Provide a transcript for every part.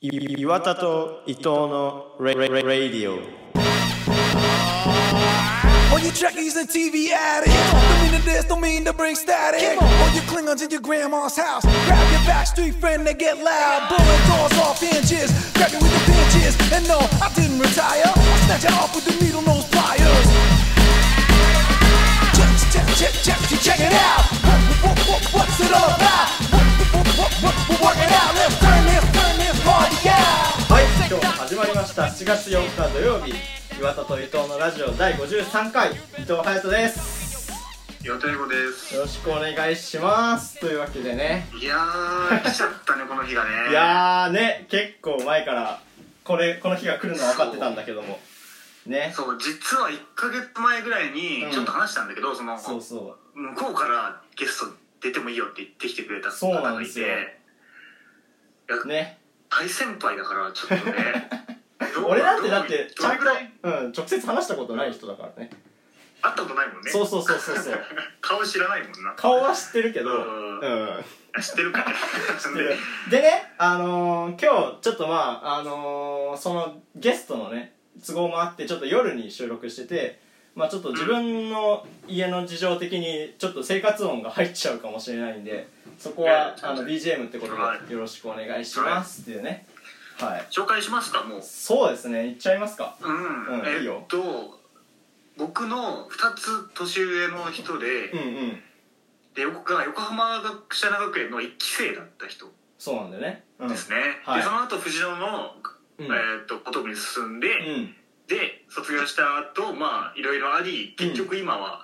い岩田と伊藤のレレレレディオ All you trekkies and TV addicts Don't mean to this, don't mean to bring static All you Klingons in your grandma's house Grab your backstreet friend, they get loud Blowing doors off hinges Grab you with the pinches And no, I didn't retire I snatch it off with the needle nose pliers Check, check, check, check, check, check it out What, what, what, What's it all about? What, what, what, what, We're working out Let's turn this, turn this party out はい今日も始まりました7月4日土曜日岩田と伊藤のラジオ第53回伊藤隼人です岩田英語ですよろしくお願いしますというわけでねいや ー来ちゃったねこの日がねいやーね結構前からこれこの日が来るのは分かってたんだけどもねそう実は1か月前ぐらいにうんちょっと話したんだけど、そのそうそう向こうからゲスト出てもいいよって言ってきてくれたそう方なんがでいすてよね大先輩だからちょっ とねどう俺なんてだってちどゃれんぐらいと、うん、直接話したことない人だからね会ったことないもんねそうそうそうそうそう顔知らないもんな顔は知ってるけどうんうん知ってるから ででね、あのー今日ちょっとまあ、あのーそのゲストのね都合もあってちょっと夜に収録してて、まあ、ちょっと自分の家の事情的にちょっと生活音が入っちゃうかもしれないんでそこはええあの BGM ってことはいでよろしくお願いしますっていうねはい紹介しますかもうそうですねいっちゃいますかうん、うんいいえよっと僕の2つ年上の人で、うんうんで僕が横浜学者学園の1期生だった人そうなんだよねうんですね、はいでその後藤野の、うんえー、とことに進んで、うんで卒業した後まあいろいろあり結局今は、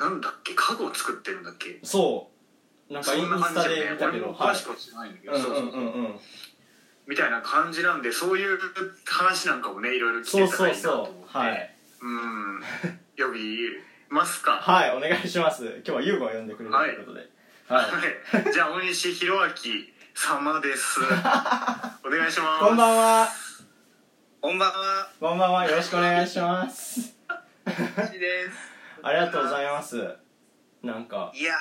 なんだっけ家具を作ってるんだっけそうなんかインスタで見たけ俺どもは詳いしくは知らないんだけど、うんそううそうんうんうんみたいな感じなんでそういう話なんかもねいろいろそ聞うけたそらういいなとそ思っうてはいうん呼びますかはい、お願いします。今日は優吾を呼んでくれるということで。はい。はいじゃあ大西弘明様です お願いしますこんばんは。こんばんはこんばんは。よろしくお願いし ます。西ですありがとうございます。なんか、いや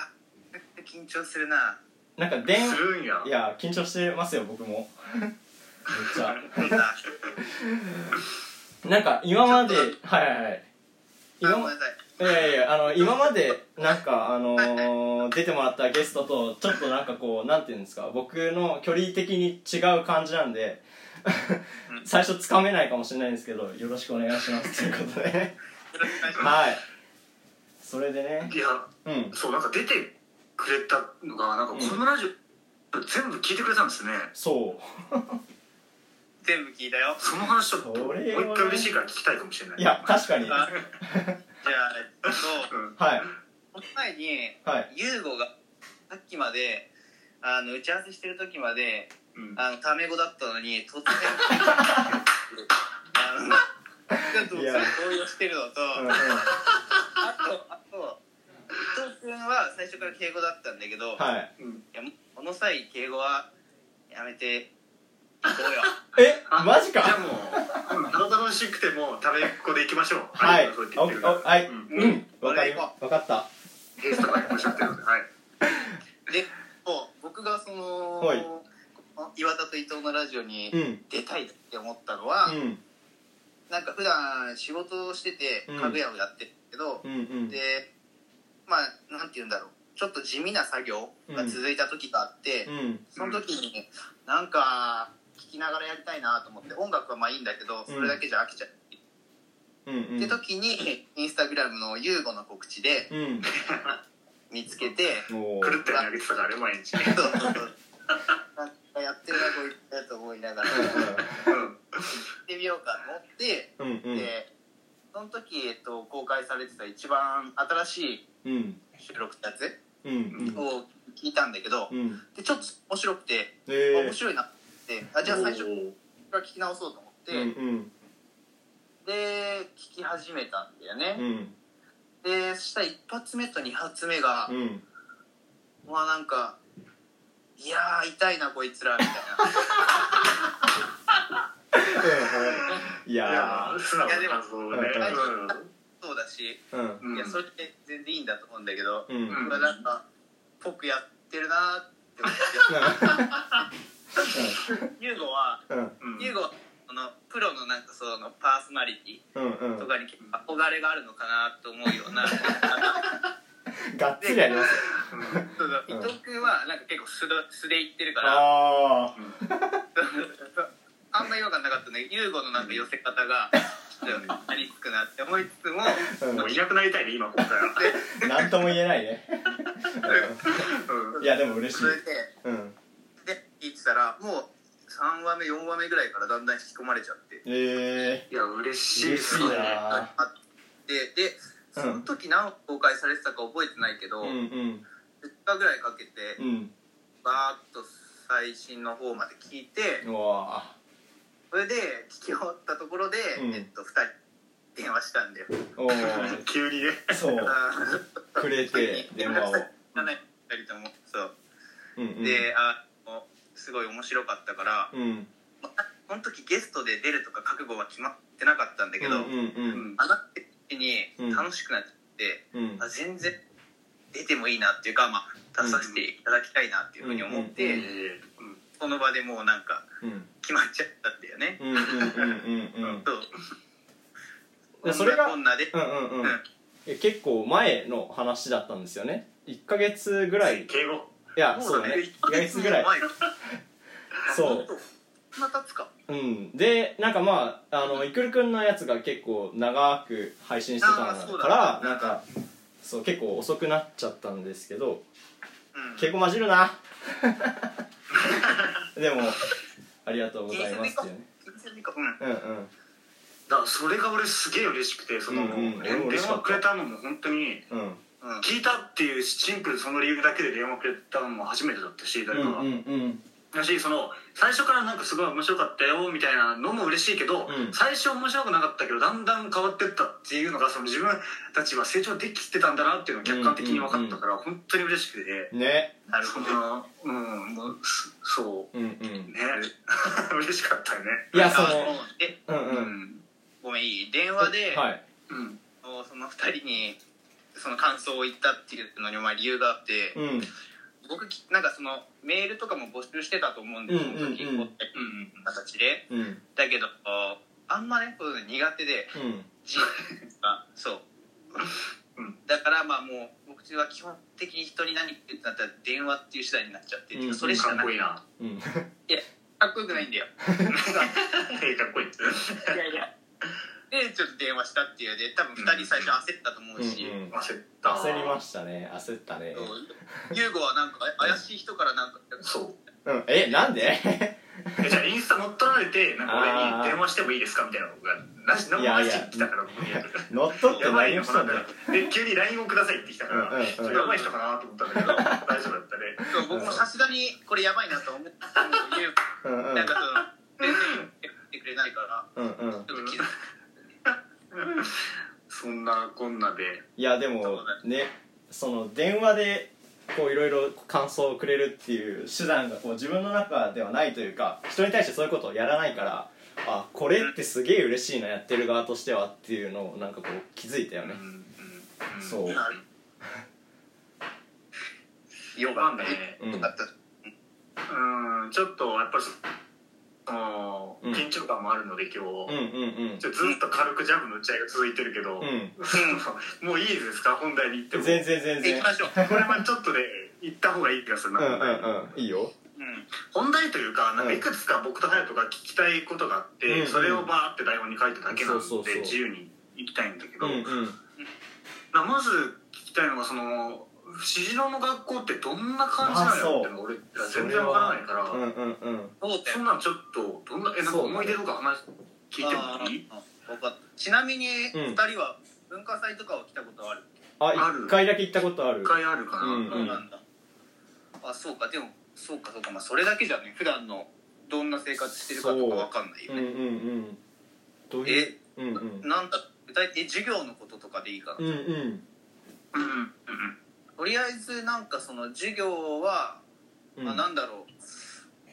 緊張するななんか電するんやいや、緊張してますよ、僕も。 めっちゃ。なんか、今まで、はいはいはい。今まいやいや、あの、今まで、なんか、あのー出てもらったゲストと、ちょっとなんかこう、なんていうんですか、僕の距離的に違う感じなんで、最初つかめないかもしれないんですけど、よろしくお願いします、ということで。はい。それでね。いやうん。そうなんか出てくれたのがなんかこのラジオ、全部聞いてくれたんですねそ全部聞いたよその話ちょっともそうれ一はね。回嬉しいから聞きたいかもしれないういや、確かに。あはじゃあえっとうい。んこの前にはい。ユーゴがさっきまであの打ち合わせしてる時までうんあのタメ語だったのに突然あのちょっとい動や揺してるのとうんうん。あとあと伊藤君は最初から敬語だったんだけど、はい。いやこの際敬語はやめていこうよえ、マジじゃあかもううん腹楽しくてもう食べっ子でいきましょうはい。あおりがとうそう言ってるかおらはい。うんうん。わかり俺行まこ、わかった。ゲストがおっしゃってるのではいでもう僕がその、はい岩田と伊藤のラジオにうん。出たいって思ったのは、うん。なんか普段仕事をしててうん家具屋をやってるけどう、んうん。でまあなんて言うんだろうちょっと地味な作業が続いた時があって、うん。その時になんか聞きながらやりたいなと思って音楽はまあいいんだけどそれだけじゃ飽きちゃう、うんうん。って時にインスタグラムのユーゴの告知でうん。見つけて、おー狂ったようにあげてたからね毎 日そうそうそうなんかやってるなこいつだと思いながら行ってみようかと思って。うんうん。うんでその時、えっと、公開されてた一番新しいうん。収録ってやつうんうん。を聞いたんだけど、うん。でちょっと面白くて、えあー面。白いなってあじゃあ最初おーから聞き直そうと思って、うんで聞き始めたんだようん。うね、ん。でそしたら1発目と2発目が、うん。まあなんか「いやー痛いなこいつら」みたいな いいややー素直な感想をねいやでもそうだし、ー。うん。うんいやそれって全然いいんだと思うんだけど、うん。まあなんかぽくやってるなーって思って。 ユーゴはうんうんうんユーゴはこのプロのなんかそのパーソナリティうんうんとかに憧れがあるのかなと思うようながっつりありますよそうそう伊藤君はなんか結構素で素で言ってるからああんま違和感なかったねユーゴのなんか寄せ方がちょっとありつくなって思いつつもあもういなくなりたいね今ここから うんなんとも言えないねううんんいやでも嬉しいそれでうんで聞いてたらもう3話目4話目ぐらいからだんだん引き込まれちゃってええいや嬉しい嬉でしすいねなあってでその時何話公開されてたか覚えてないけど、うんうん10日ぐらいかけてうんバーッと最新の方まで聞いてうわそれで聞き終わったところで、うんえっと、2人電話したんだよ。ーおー急にねそうくれ て電話を7人ともそう、うんうんであもうすごい面白かったから、うんまあこの時ゲストで出るとか覚悟は決まってなかったんだけど、うんうんううんん上がってる時に楽しくなっちゃって、うんあ全然出てもいいなっていうか、まあ、出させていただきたいなっていうふうに思って、うんえその場でもうなんかうん決まっちゃったんだよねう。んうんうんうんそういやそれがこんなこんなで、うんうんうんえ結構前の話だったんですよね1ヶ月ぐらいー敬語いやそうだね1ヶ月ぐらい前かそうそんな経つか。うんでなんかまああのいくるくんのやつが結構長く配信してたあーそうかだらなんかそう結構遅くなっちゃったんですけどうん。結構混じるなでもありがとうございますっていうね結構。うん。うんうんだからそれが俺すげえ嬉しくてその、うんうん俺も電嬉しかった話くれたのも本当にうんうん。聞いたっていうシンプルその理由だけで電話くれたのも初めてだったしう誰かんが、うんうんだしその最初からなんかすごい面白かったよみたいなのも嬉しいけうど、ん最初面白くなかったけどだんだん変わってったっていうのがその自分たちは成長できてたんだなっていうのが客観的に分かったから、本当に嬉しくてねなるほど。そのうんもうすそうんううんね 嬉しかったよねいやそあのえ、うんううんんごめんいい。電話で、はいうんその二人にその感想を言ったっていうのにまあ理由があって、うん僕きなんかそのメールとかも募集してたと思うんですよ。うんうんうんその時こういう形で。うんだけどあんまねこういうの苦手で。うん自由 がそう、うん、だからまあもう僕は基本的に人に何言ってってなったら電話っていう手段になっちゃって、うんそれしかかっなこくいいなうんかっこよくないんだよえかっこいいいやいやでちょっと電話したっていうので多分2人最初焦ったと思うし、うんうん焦った焦りましたね焦ったねそう優吾はなんかあ怪しい人からなんかそううんえなんで えじゃあインスタ乗っ取られてなんかあー俺に電話してもいいですかみたいなのがなし生いやいしやてきたから僕に乗っ取ってやばい何よをしなたんんかだよで急に LINE をくださいって来たから、うんうんうんそれやばい人かなと思ったんだけど大丈夫だったねそう僕もさすがにこれやばいなと思って優うんう吾んなんかその全然言ってくれないからうんうんちょっと気づそんなこんなでいやでもねその電話でこういろいろ感想をくれるっていう手段がこう自分の中ではないというか人に対してそういうことをやらないからあこれってすげえ嬉しいなやってる側としてはっていうのをなんかこう気づいたようんねうんそうなるよまあかったねねうんよかったうんちょっとやっぱりそのうん緊張感もあるので今う日、んうんちょずっと軽くジャブの打ち合いが続いてるけど、うんもういいですか本題に行ってうんも全然全行然きましょう。これはちょっとね行った方がいい気がするうな、んうんうんいいようん。本題というかなうんかんいくつか僕と隼人が聞きたいことがあって、うんうんそれをバーって台本に書いただけなのでそうそうそう自由に行きたいんだけうど、んうんまあまず聞きたいのがその宍戸の学校ってどんな感じなのよっていうのが俺ら全然わからないからうそ,、んうんうんそうだんよ。なんちょっとどんなえなんか思い出とか話聞いてあもいいーわかったちなみにうん二人は文化祭とかは来たことある。あある一回だけ行ったことある一回あるかな、うんそうなんだ。あ、そうか。でもそうかそうか。まあそれだけじゃね。普段のどんな生活してるかとかわかんないようんうんね。うんどういうえ、うんうんなんだ。具体的え授業のこととかでいいかな。うんうんうんうんうんとりあえずなんかその授業はうんまあなんだろう。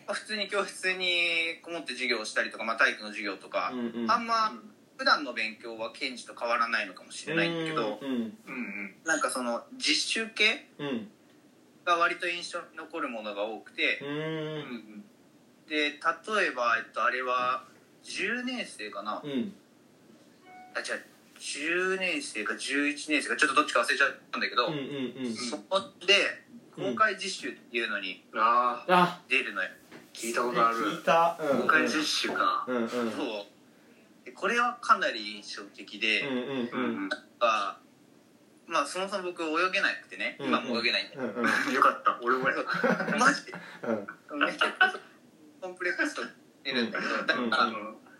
まあ普通に教室にこもって授業をしたりとか、まあ体育の授業とかう。んうんあんま普段の勉強は検事と変わらないのかもしれないけどうんうんうんなんかその実習系うんが割と印象に残るものが多くてうんうんうんで例えば、えっと、あれは10年生かな、うんあ違う10年生か11年生かちょっとどっちか忘れちゃったんだけど、うんうんうんそこで公開実習っていうのにあああ出るのよ、聞いたことある聞いたうん公開実習かうんうんそうでこれはかなり印象的で、うんうんうんうんあまあそもそも僕泳げなくてね、うん今もう泳げないんだけうんうんうんよかった俺もやど、 マジでうんめっちゃコンプレックスと出るんだけど、だから、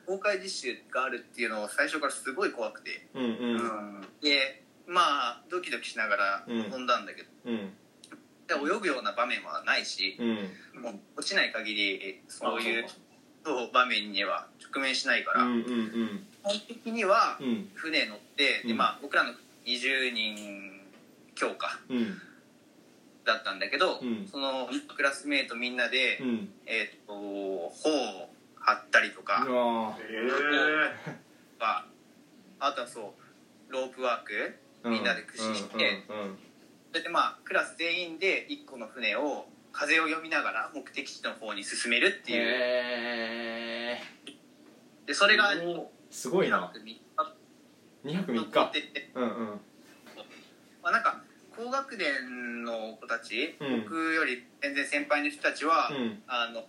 公開実習があるっていうのを最初からすごい怖くてうんううんんでまあドキドキしながらうん飛んだんだけど、うんで泳ぐような場面はないし、うんもう落ちない限りそういうあそそう場面には直面しないから、うんうんうん基本的にはうん船乗って、でうんまあ僕らの20人強化うんだったんだけど、うんそのクラスメートみんなで、うんえっ、と頬を張ったりとかうわええはあとはそうロープワークーみんなで駆使してうんうんそれでまあクラス全員で1個の船を風を読みながら目的地の方に進めるっていう、へえでそれがすごいな3日2泊3残っ日てて、うんうんまあ、なんか高学年の子たち、うん僕より全然先輩の人たちは、うんあの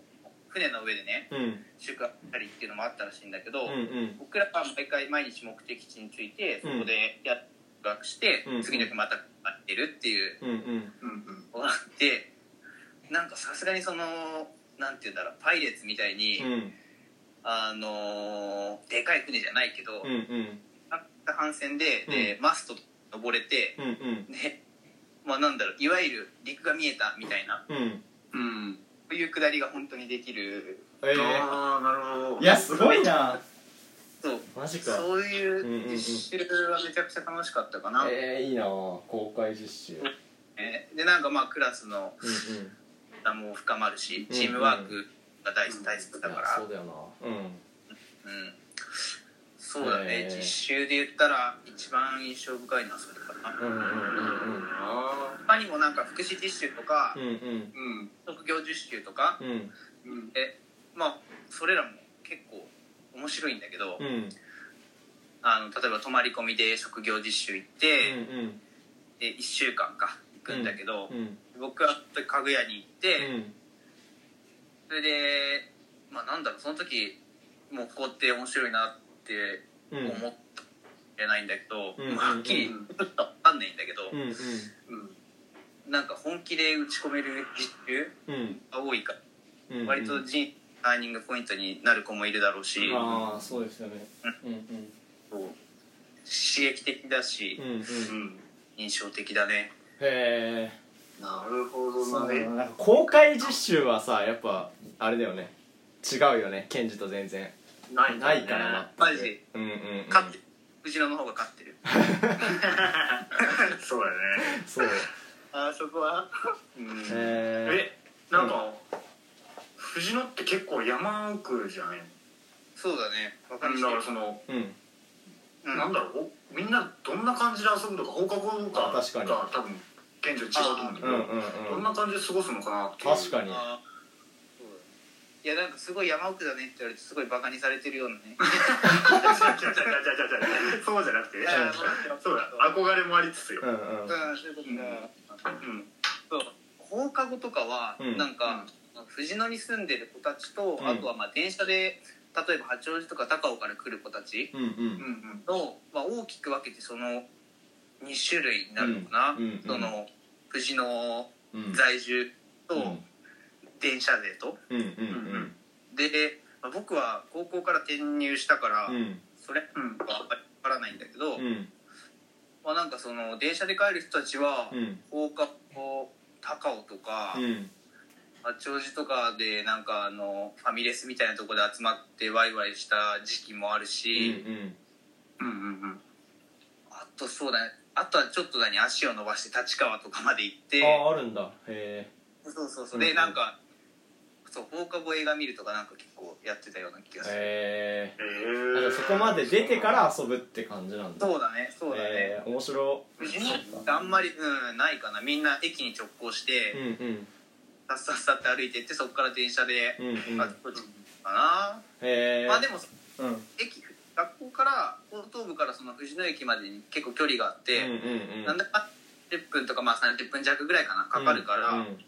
船の上でねうん宿泊したりっていうのもあったらしいんだけど、うんうん僕らは毎回毎日目的地についてそこでやっ学して、うん次の日また会ってるっていううんうんうんうんのがあってなんかさすがにそのなんて言うんだろうパイレーツみたいに、うんあのーでかい船じゃないけど、うんうん帆船でで、マスト登れてうんうんでまあなんだろういわゆる陸が見えたみたいなうんうんそういう下りが本当にできるええああなるほどいやすごいなそうマジかそううんうんういんう実習はめちゃくちゃ楽しかったかな、ええいいな公開実習えーでなんかまあクラスのうんうんだも深まるしうんチームワークが大事大切だかいやら、そうだよなうんうん、そうだね、へー実習で言ったら一番印象深いのはそれかな、うんうんうんあ他にもなんか福祉実習とかうんうんーうん職業実習とかうんうんでまあそれらも結構面白いんだけど、うんあの例えば泊まり込みで職業実習行って、うんで1週間か行くんだけど、うん僕は家具屋に行って、うんそれでまあなんだろうその時もうここって面白いなってうんうん思ったかもしれないんだけど、うんまあ、はっきりうんちょっと分かんないんだけど、うんうんなんか本気で打ち込める実習うんが多いから、うん割と人ターニングポイントになる子もいるだろうし、ああそうですよねうんうんこう刺激的だし、うんうんうん印象的だねへえなるほそどうねだななんか公開実習はさやっぱあれだよね違うよねケンジと全然ないないからなマジうんうんうん勝ってる藤野の方が勝ってる そうだねそうへあーそこはうんええなんか藤野って結構山奥じゃないそうだね分かだるからそのうんうんなんだろうみんなどんな感じで遊ぶのか放課後とかあ確かにが多分現状違うと思うんだけうど、んうんどうんんな感じで過ごすのかなっていう確かにあーそうだねいやなんかすごい山奥だねって言われてすごいバカにされてるようなね違う違う違う違う違う違うそうじゃなくて いうやんそうだ憧れもありつつようんうんうんそういうことねうんそう放課後とかはうんなんか、藤野に住んでる子たちと、うんあとはまあ電車で例えば八王子とか高尾から来る子たちうんううんんの、まあ、大きく分けてその2種類になるのかな、うんうんうんその藤野うん在住とうん電車税と、うんうんで、まあ僕は高校から転入したから、うんうんそれはうん分からないんだけど、うんまあ、なんかその電車で帰る人たちはうん放課後高尾とか、うん八王子とかでなんかあのファミレスみたいなところで集まってワイワイした時期もあるし、うんうんうんあとそうだねあとはちょっとだに足を伸ばして立川とかまで行っうてんあああるんだへそうそうそううんうでんなんかそう放課後映画見るとかなんか結構やってたような気がする、えへええなんかそこまで出てから遊ぶって感じなんだそうだねそうだね、えー面白うちのあんまり、うん、ないかなみんな駅に直行して、うんうんさっさっさって歩いてってそこから電車でうんうんあちこち行くかな、えー、まあでもうんうん駅学校から後頭部からその藤野駅までに結構距離があって、うんなんだか10分とかまあ30分弱ぐらいかなかかるから、うん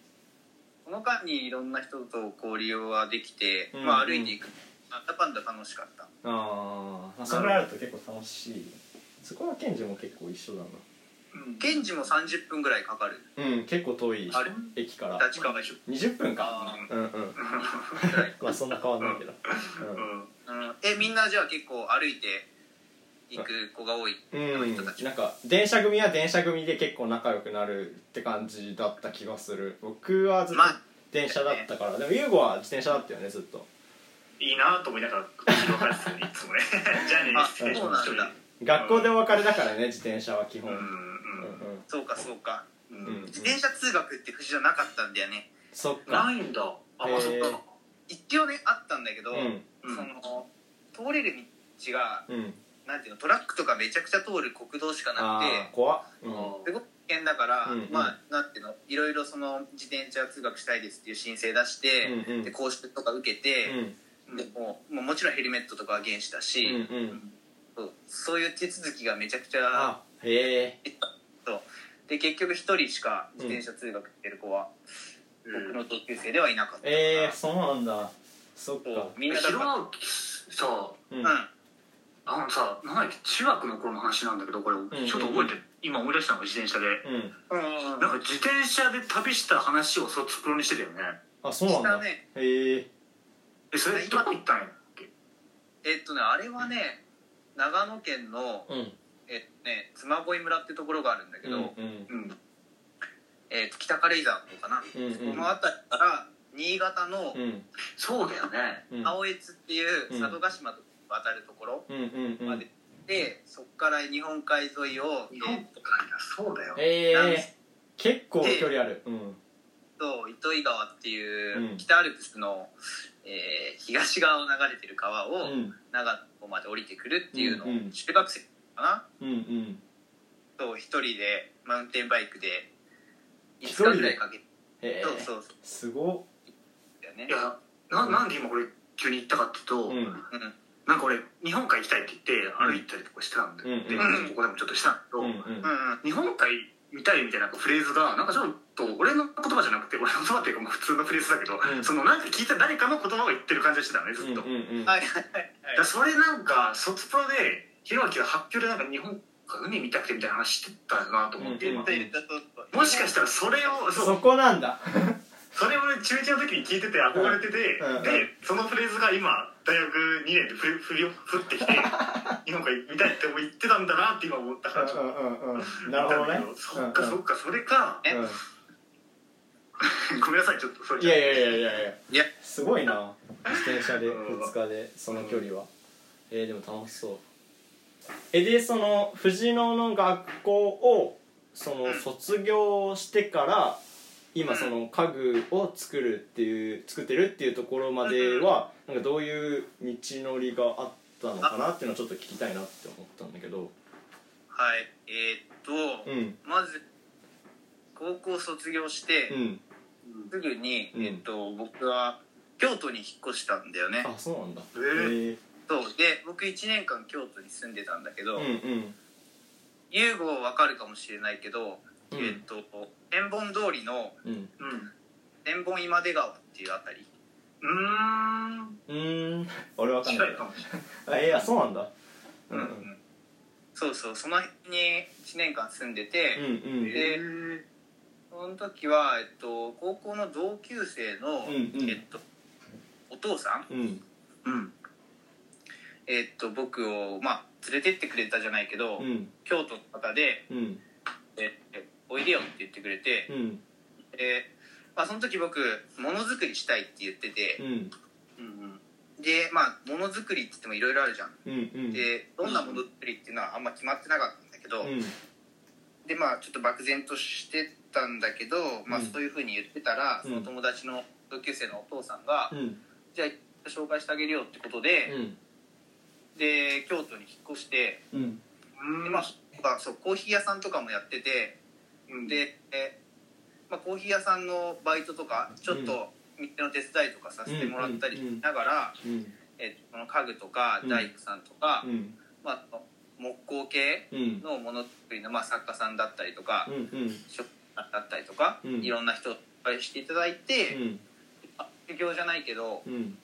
この間にいろんな人と交流はできて、うんまあ、歩いていくなんだかんだ楽しかったあーまあそれあると結構楽しいそこはケンジも結構一緒だうん現地も30分ぐらいかかるなうん結構遠いあれ駅から立川が10 20分か分うんうんぐらい、まあそんな変わんないけどうん、えみんなじゃあ結構歩いて行く子が多いうん、うん、なんか電車組は電車組で結構仲良くなるって感じだった気がする僕はずっとまあ電車だったからでも優吾は自転車だったよねずっといいなと思いながら広がるっすよねいつもねじゃあねあ失礼しそうまなすんだ学校でお別れだからね自転車は基う本、んうんうそうかそうかんううんん自転車通学って藤じゃなかったんだよねそっかないんだあ、えまあそっーか一応ねあったんだけど、うんうんその通れる道がうんなんていうのトラックとかめちゃくちゃ通る国道しかあなくてあ怖っうんすごく危険だから、うんうんまあなんていうのいろいろその自転車通学したいですっていう申請出して、うんうんで講習とか受けて、うんでもうもうもちろんヘルメットとかは厳守だし、うんうんうんそうそういう手続きがめちゃくちゃあへえそうで結局一人しか自転車通学してる子は、僕の同級生ではいなかったからえー、そうなんだそっかそうみんなだひろからゆきさうんうんあのさなんだっけ中学の頃の話なんだけどこれちょっと覚えてる今思い出したのが自転車でうんうんなんか自転車で旅した話を卒プロにしてたよねあそうなんだ下ねへええそれどこ行ったんやっけえっとねあれはね長野県の、うんえっとね、嬬恋村ってところがあるんだけうんど、うんうんえっと北軽井沢の方かな、うんうんこの辺りから新潟のうんそうだよねうん青越っていううん佐渡島と渡るところうんうんうまんで、でそこから日本海沿いを日本海だそうだよえなんーで、結構距離あるうんと糸魚川っていううん北アルプスの、えー東側を流れてる川うをん長野まで降りてくるっていうのをうんうん中学生かなうんうんと一人でマウンテンバイクで5一日人でぐらいかけて、へえそうそうそうすごっだよねいやななんで今俺急に行ったかっていうと、うんうんなんか俺日本海行きたいって言って歩いたりとかしてたんで、うんでうんここでもちょっとしたんだけど、うんうんうんうん日本海見たいみたいなフレーズがなんかちょっと俺の言葉じゃなくて俺の言葉っていうかまあ普通のフレーズだけど、うんそのなんか聞いた誰かの言葉を言ってる感じがしてたのねずっと、うんうんうんはいはいはいだからそれなんか卒プロでひろあきが発表でなんか日本海海見たくてみたいな話してたなと思って、うん言った言ったそうそうもしかしたらそれをそうそこなんだそれをね中1の時に聞いてて憧れてて、うんうんでそのフレーズが今大学2年でふふりを降っ てきて日本海見たいって言ってたんだなって今思ったうからちょっとんうんうんなるほどねそっかそっかそれかうんうんごめんなさいちょっとそれいやいやいやいやいやいやすごいな自転車で2日でその距離はえー、でも楽しそうえでその藤野の学校をその卒業してから今その家具を作るっていう作ってるっていうところまではなんかどういう道のりがあったのかなっていうのをちょっと聞きたいなって思ったんだけどはいえーっと、うんまず高校卒業して、うんすぐに、うんえっと、僕は京都に引っ越したんだよねあそうなんだえーえそうで僕1年間京都に住んでたんだけーどうん優吾、は分かるかもしれないけど、うんえっと千本通りのうんうん千本今出川っていうあたりうーうんんうーん 俺わかんな近いいかもしれないあいやそうなんだううんんううんんそうそうその辺に1年間住んでて、うんうんでその時は、えっと、高校の同級生の、うんうんえっと、お父さん、うんうんえっと、僕を、まあ、連れてってくれたじゃないけど、うん京都の方でうん「ええおいでよ」って言ってくれてう、んでまあ、その時僕ものづくりしたいって言ってうて、んうんでまあものづくりって言ってもいろいろあるじゃん、うんうんでどんなものづくりっていうのはあんま決まってなかったんだけど、うんでまあちょっと漠然としてたんだけど、まあ、うんそういうふうに言ってたら、うんその友達の同級生のお父さんが「うんじゃあ紹介してあげるよ」ってことで、で京都に引っ越してうんうで、んまあ、そうコーヒー屋さんとかもやっててうんで、えまぱコーヒー屋さんのバイトとかちょっと店の手伝いとかさせてもらったりしながら、うんえっと、この家具とかうん大工さんとか、うんまあ、あの木工系うんのもの作りの、まあ、作家さんだったりとか、うんうん職人だったりとか、うんいろんな人をいっぱいしていただいて、うんあ修行じゃないけど、うん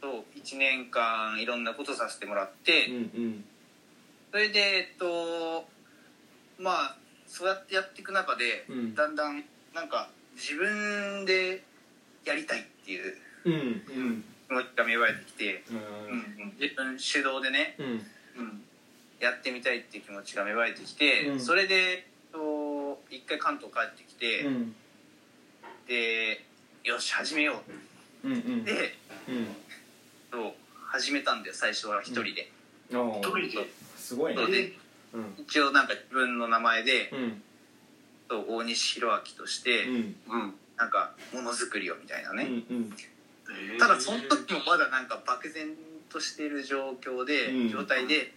そう1年間いろんなことさせてもらって、うんそれでえっとまあそうやってやっていく中で、うんだんだんなんか自分でやりたいっていううんうん気持ちが芽生えてきて、うんうん自分主導でねうんうんやってみたいっていう気持ちが芽生えてきて、うんそれでえっと一回関東帰ってきて、うんでよし始めよううんうんって、そう始めたんだよ最初は一人で、うんあ一人ーですごいねそうでうん一応なんか自分の名前で、うんそう大西弘明として、うんうんなんかものづくりをみたいなうね、んうんえーただその時もまだなんか漠然としている状況で、うん状態で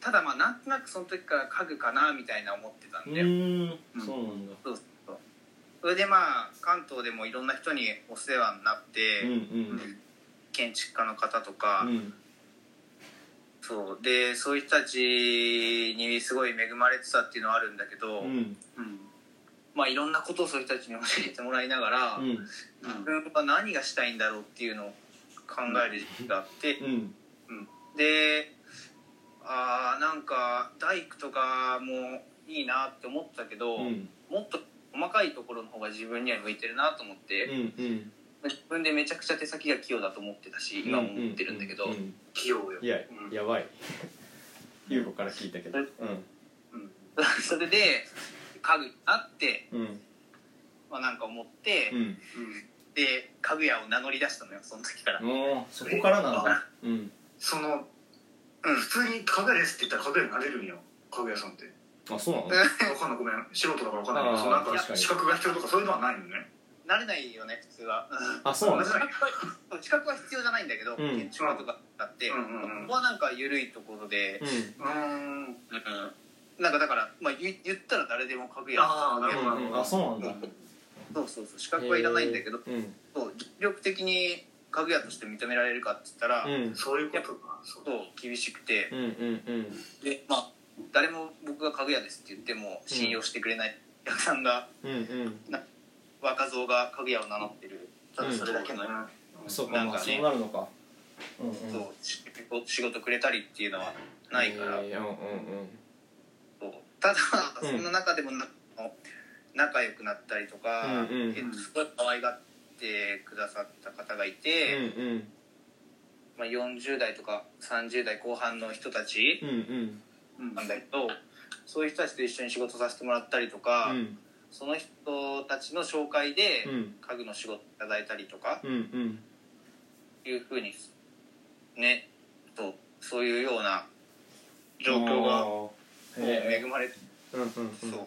ただまあなんとなくその時から家具かなみたいな思ってたうんだよ、ーんそうなんだそうそうそれでまあ関東でもいろんな人にお世話になって、うんうん建築家の方とか、うんうんそうでそういう人たちにすごい恵まれてたっていうのはあるんだけど、うんうんまあいろんなことをそういう人たちに教えてもらいながら、うんうん自分は何がしたいんだろうっていうのを考える時期があって。うんであーなんか大工とかもいいなって思ったけど、うんもっと細かいところの方が自分には向いてるなと思って、うん自分でめちゃくちゃ手先が器用だと思ってたし今も思ってるんだけど、ううん器用よいやうんやばい 優子から聞いたけどうんうん それで家具あって、うんまあ、なんか思って、うんうんで家具屋を名乗り出したのよその時から、おーそこからなんだうんそのうん普通に家具屋ですって言ったら家具屋になれるんよ家具屋さんってあそうなのわかんないごめん素人だからわかんないけあーどそうなん確かかに資格が必要とかそういうのはないのねなれないよね普 通は、あそうなん資だ格は資格は必要じゃないんだけど、うん建築家とかだって、うんうんうんここはなんか緩いところで、うんうーんなんかだから、まあ、言言ったら誰でも家具屋あーなるほどなるうんあそうなんだそうそうそう資格はいらないんだけど、うんそう力的に家具屋として認められるかって言ったら、うんそういうことかそうそう厳しくてうんうんうんでまあ誰も僕が家具屋ですって言っても信用してくれないお客さんがうんうん若造が家具屋を名乗ってるただうんそれだけの、そうなかんまあかそねうなるのかうんうんそう仕事仕事くれたりっていうのはないから、えーうんうんうんそうただうんそんな中でもな仲良くなったりとか、うんうんえっとすごい可愛がってくださった方がいて。うんまあ、40代とか30代後半の人たちうんうんうんなんだけど、そういう人たちと一緒に仕事させてもらったりとか、うんその人たちの紹介でうん家具の仕事いただいたりとかうんうんいうふうにねそうそういうような状況がこあうーへ恵まれて、ーうんうんうんそう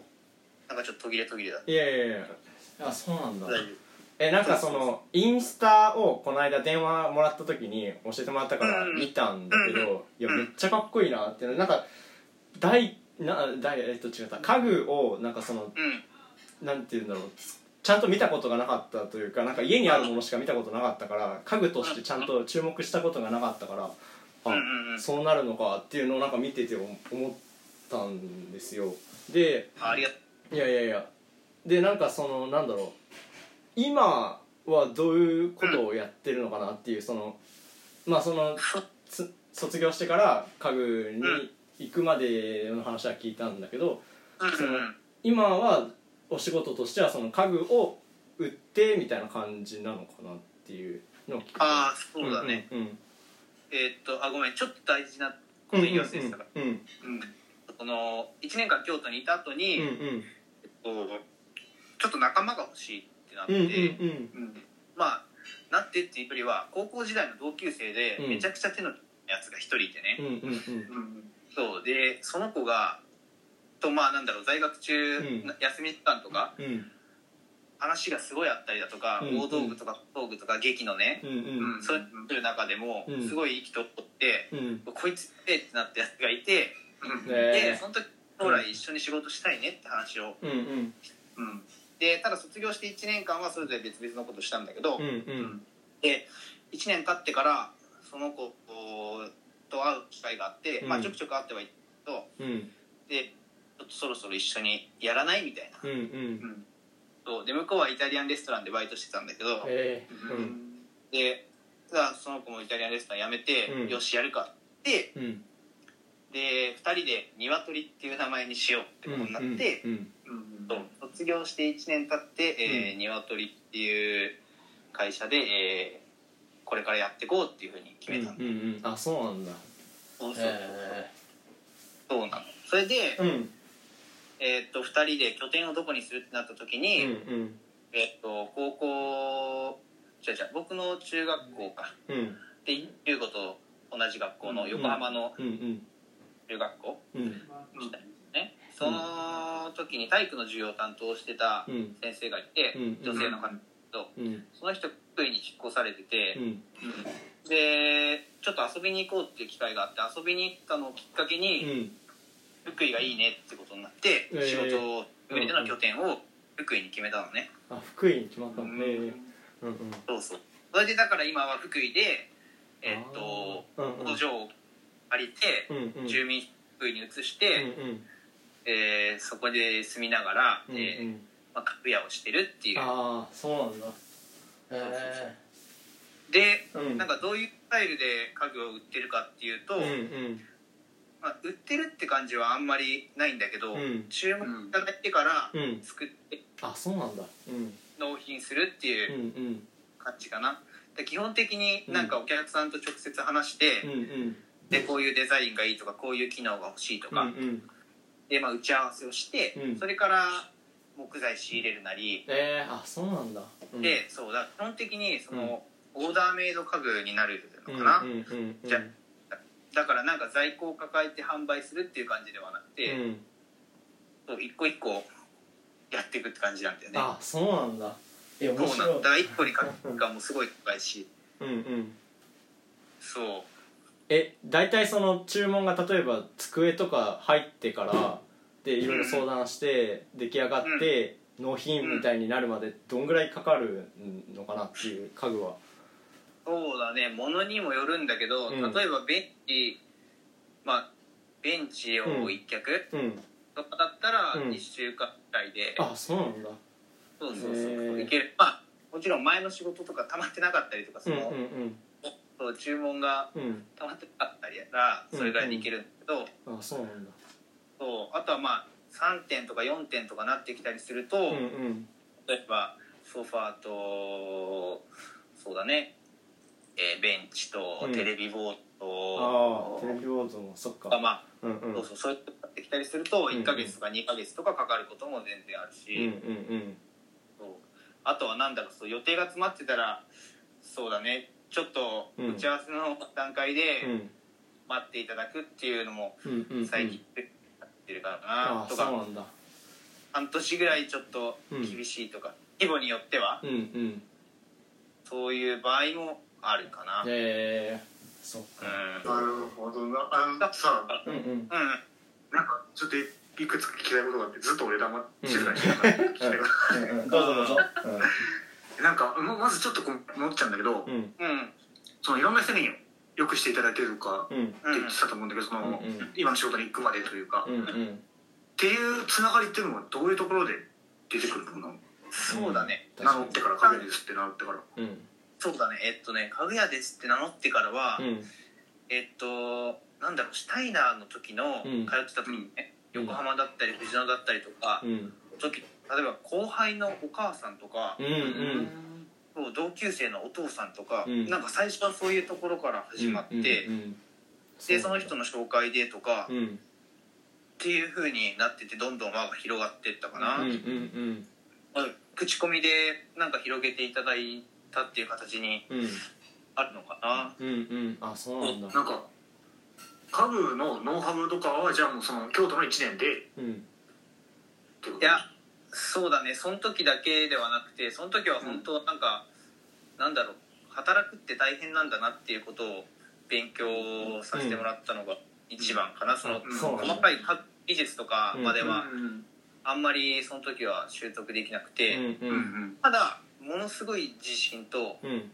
なんかちょっと途切れ途切れだっいやいやいやあそうなんだた、えなんかそのインスタをこの間電話もらった時に教えてもらったからうん見たんだけど、いやうんめっちゃかっこいいなってなんか大な大えっと違った家具をなんかそのうんなんて言うんだろうちゃんと見たことがなかったというかなんか家にあるものしか見たことなかったから家具としてちゃんと注目したことがなかったからあ、うんうんうんそうなるのかっていうのをなんか見てて思思ったんですよであありがといやいやいやでなんかそのなんだろう今はどういうことをやってるのかなっていうそのまあそのつ卒業してから家具に行くまでの話は聞いたんだけどうそうんのうん今はお仕事としてはその家具を売ってみたいな感じなのかなっていうのを聞いたああそうだね、うんうんえーっとあごめんちょっと大事なこうんとうん言い忘れてたから、うんうんうんその1年間京都にいた後に、うんこうちょっと仲間が欲しいってなって、うんうんうんまあなってっていうよりは高校時代の同級生でうんめちゃくちゃ手のやつが一人いてねう、んうんうんうんそうでその子がとまあなんだろう在学中、うんな休み期間とかうん話がすごいあったりだとか、うん大道具とか小道具とか劇のね、うんうんそういう中でもうんすごい意気投合って、うんこいつええってなったやつがいて、うんねえでその時将来一緒に仕事したいねって話をうんうんうんでただ卒業して1年間はそれぞれ別々のことしたんだけど、うんうんで1年経ってからその子と会う機会があって、まうあ、んちょくちょく会ってはいるけどうんでちょっとそろそろ一緒にやらないみたいな、うんうんうんそうで向こうはイタリアンレストランでバイトしてたんだけど、ええううんんでさあその子もイタリアンレストラン辞めて、うんよしやるかってうんで2人で「鶏」っていう名前にしようってことになって、うんうんそう卒業して1年経って、えー鶏っていう会社で、えーこれからやっていこうっていうふうに決うんうめんたんうだ、んうんあそうなんだそうそうえそうなのそれえで、うんえーっと2人で拠点をどこにするってなった時うに、んえーっと高校違う違う僕の中学校かうんうんで優子と同じ学校の横浜のうんうん中学校、うんね、その時に体育の授業を担当してたうん先生がいて、うん女性の方とうんその人福井に引っ越されてて、うんでちょっと遊びに行こうっていう機会があって遊びに行ったのをきっかけうに、ん福井がいいねってことになって、えー仕事を福井での拠点を福井に決めたのね、あ福井に決まったうのんねええうんうんそうそうそれでだから今は福井でえっとあーうんうん工場を借りてう、んうん住民福井に移しうて、んうんえーそこで住みながら、うんうえーんまあ、格屋をしてるっていうああそうなんだえで、うんなんかどういうスタイルで家具を売ってるかっていうと、えうんまあ、売ってるって感じはあんまりないんだけど、うん注文いただいてからうんうん作ってあそうなんだうん納品するってうんいううん感じかな、で基本的になんかお客さんと直接話して、うんうんでこういうデザインがいいとかこういう機能が欲しいとうんうか、んで、まあ、打ち合わせをして、うんそれから木材仕入れるなり、ええあそうなんだうんでそうだ基本的にその、オーダーメイド家具になるうんのかな、うんうんうんじゃだからなんか在庫を抱えて販売するっていう感じではなくて、うんそう一個一個やっていくって感じなんだよねあそうなんだえそう面なんだ白いだから一個に書くがもうすごい高いしうんうんそうえ大体その注文が例えば机とか入ってからでいろいろ相談して出来上がって納品みたいになるまでどんぐらいかかるのかなっていう家具はそうだねものにもよるんだけど、うん例えばベンチまあベンチを一脚うんとかだったらうん1週間くらいで、あそうなんだそうそうへそうーいけるまあもちろん前の仕事とか溜まってなかったりとかそうんの、うんそう注文がうんうん溜まってなかったりやらそれぐらいでいけるんだけど、あそうなんだそうあとはまあ3点とか4点とかなってきたりすると、うんうん例えばソファーとそうだね、えーベンチとうんテレビボードああとテレビボードもそっとかかまあうんうんそうそうそういうことができたりするとん1ヶ月とか2ヶ月とかかかることも全然あるし、うんうんそうあとはなんだろうそう予定が詰まってたらそうだねちょっとうん打ち合わせの段階でうんうん待っていただくっていうのもうんうんうん最近やってるからなああとそうなかんだ半年ぐらいちょっと厳しいとか規模によってはうんうんそういう場合もあるかな。へえそっかうなるほどなあのさうんうんん、うん、なんかちょっといくつか聞きたいことがあってずっと俺黙って静かにしてた聞きたいこうんうんどうぞどうぞとなんかままずちょっとこう思っちゃうんだけど、うんうんうん、そのいろんな人によくしていただいてるとかうんって言ってたと思うんだけどその、うんうん今の仕事に行くまでというか、うっんうんていうつながりっていうのはどういうところで出てくるのなのそうだね。確名か乗にってから影ですって名乗ってからうんそうだね。えっとね、かぐやですって名乗ってからは、うんえっと、なんだろう、シュタイナーの時の、うん通ってた時にうね、ん横浜だったり、藤野だったりとか、うん時、例えば後輩のお母さんとか、うんうんそう同級生のお父さんとか、うんなんか最初はそういうところから始まって、で、その人のの紹介でとか、うっんていう風になってて、どんどん輪が広がってったかうな。んうんまあ口コミでなんか広げていただいたっていう形にうんあるのかな。うんうんあそうなんだなんか家具のノウハウとかはじゃあもうその京都の1年でうんってこといやそうだねその時だけではなくてその時は本当なんか、なんだろう働くって大変なんだなっていうことを勉強させてもらったのが一番かな、そのうんそうなんだ細かい技術とかまでうはんああんまりその時は習得できなくて、うんううんうんんただものすごい自信とうん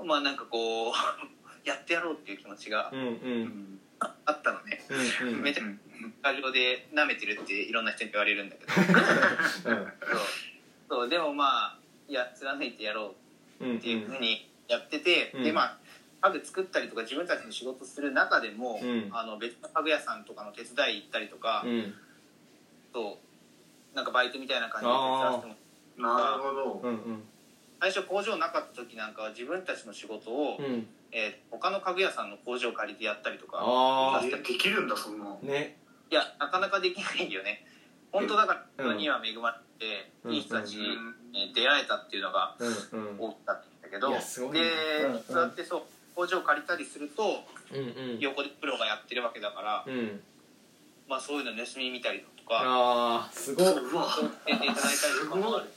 うんまあなんかこうやってやろう っていう気持ちがうんうんうんあったのねうんうんめちゃくちゃスタジオで舐めてるっていろんな人に言われるんだけどそうそうでもまあいや貫いてやろうんうんうっていうふうにやってて、うんでまあ家具作ったりとか自分たちの仕事する中でも、うんあの別の家具屋さんとかの手伝い行ったりとか、うんそうなんかバイトみたいな感じで手伝わせてもなるほどうんうん最初工場なかった時なんかは自分たちの仕事を、うんえー他の家具屋さんの工場借りてやったりとかあえできるんだそんなあねいやなかなかできないよね本当だかうんら人には恵まれて、うんいい人たちうにえー出会えたっていうのがうんうん大きかったんだけどいでやすごいねうんうんそうやってそう工場借りたりするとうんうん横でプロがやってるわけだから、うんまあ、そういうの盗み見たりとかああすごいうわ教えていただいたりとかもある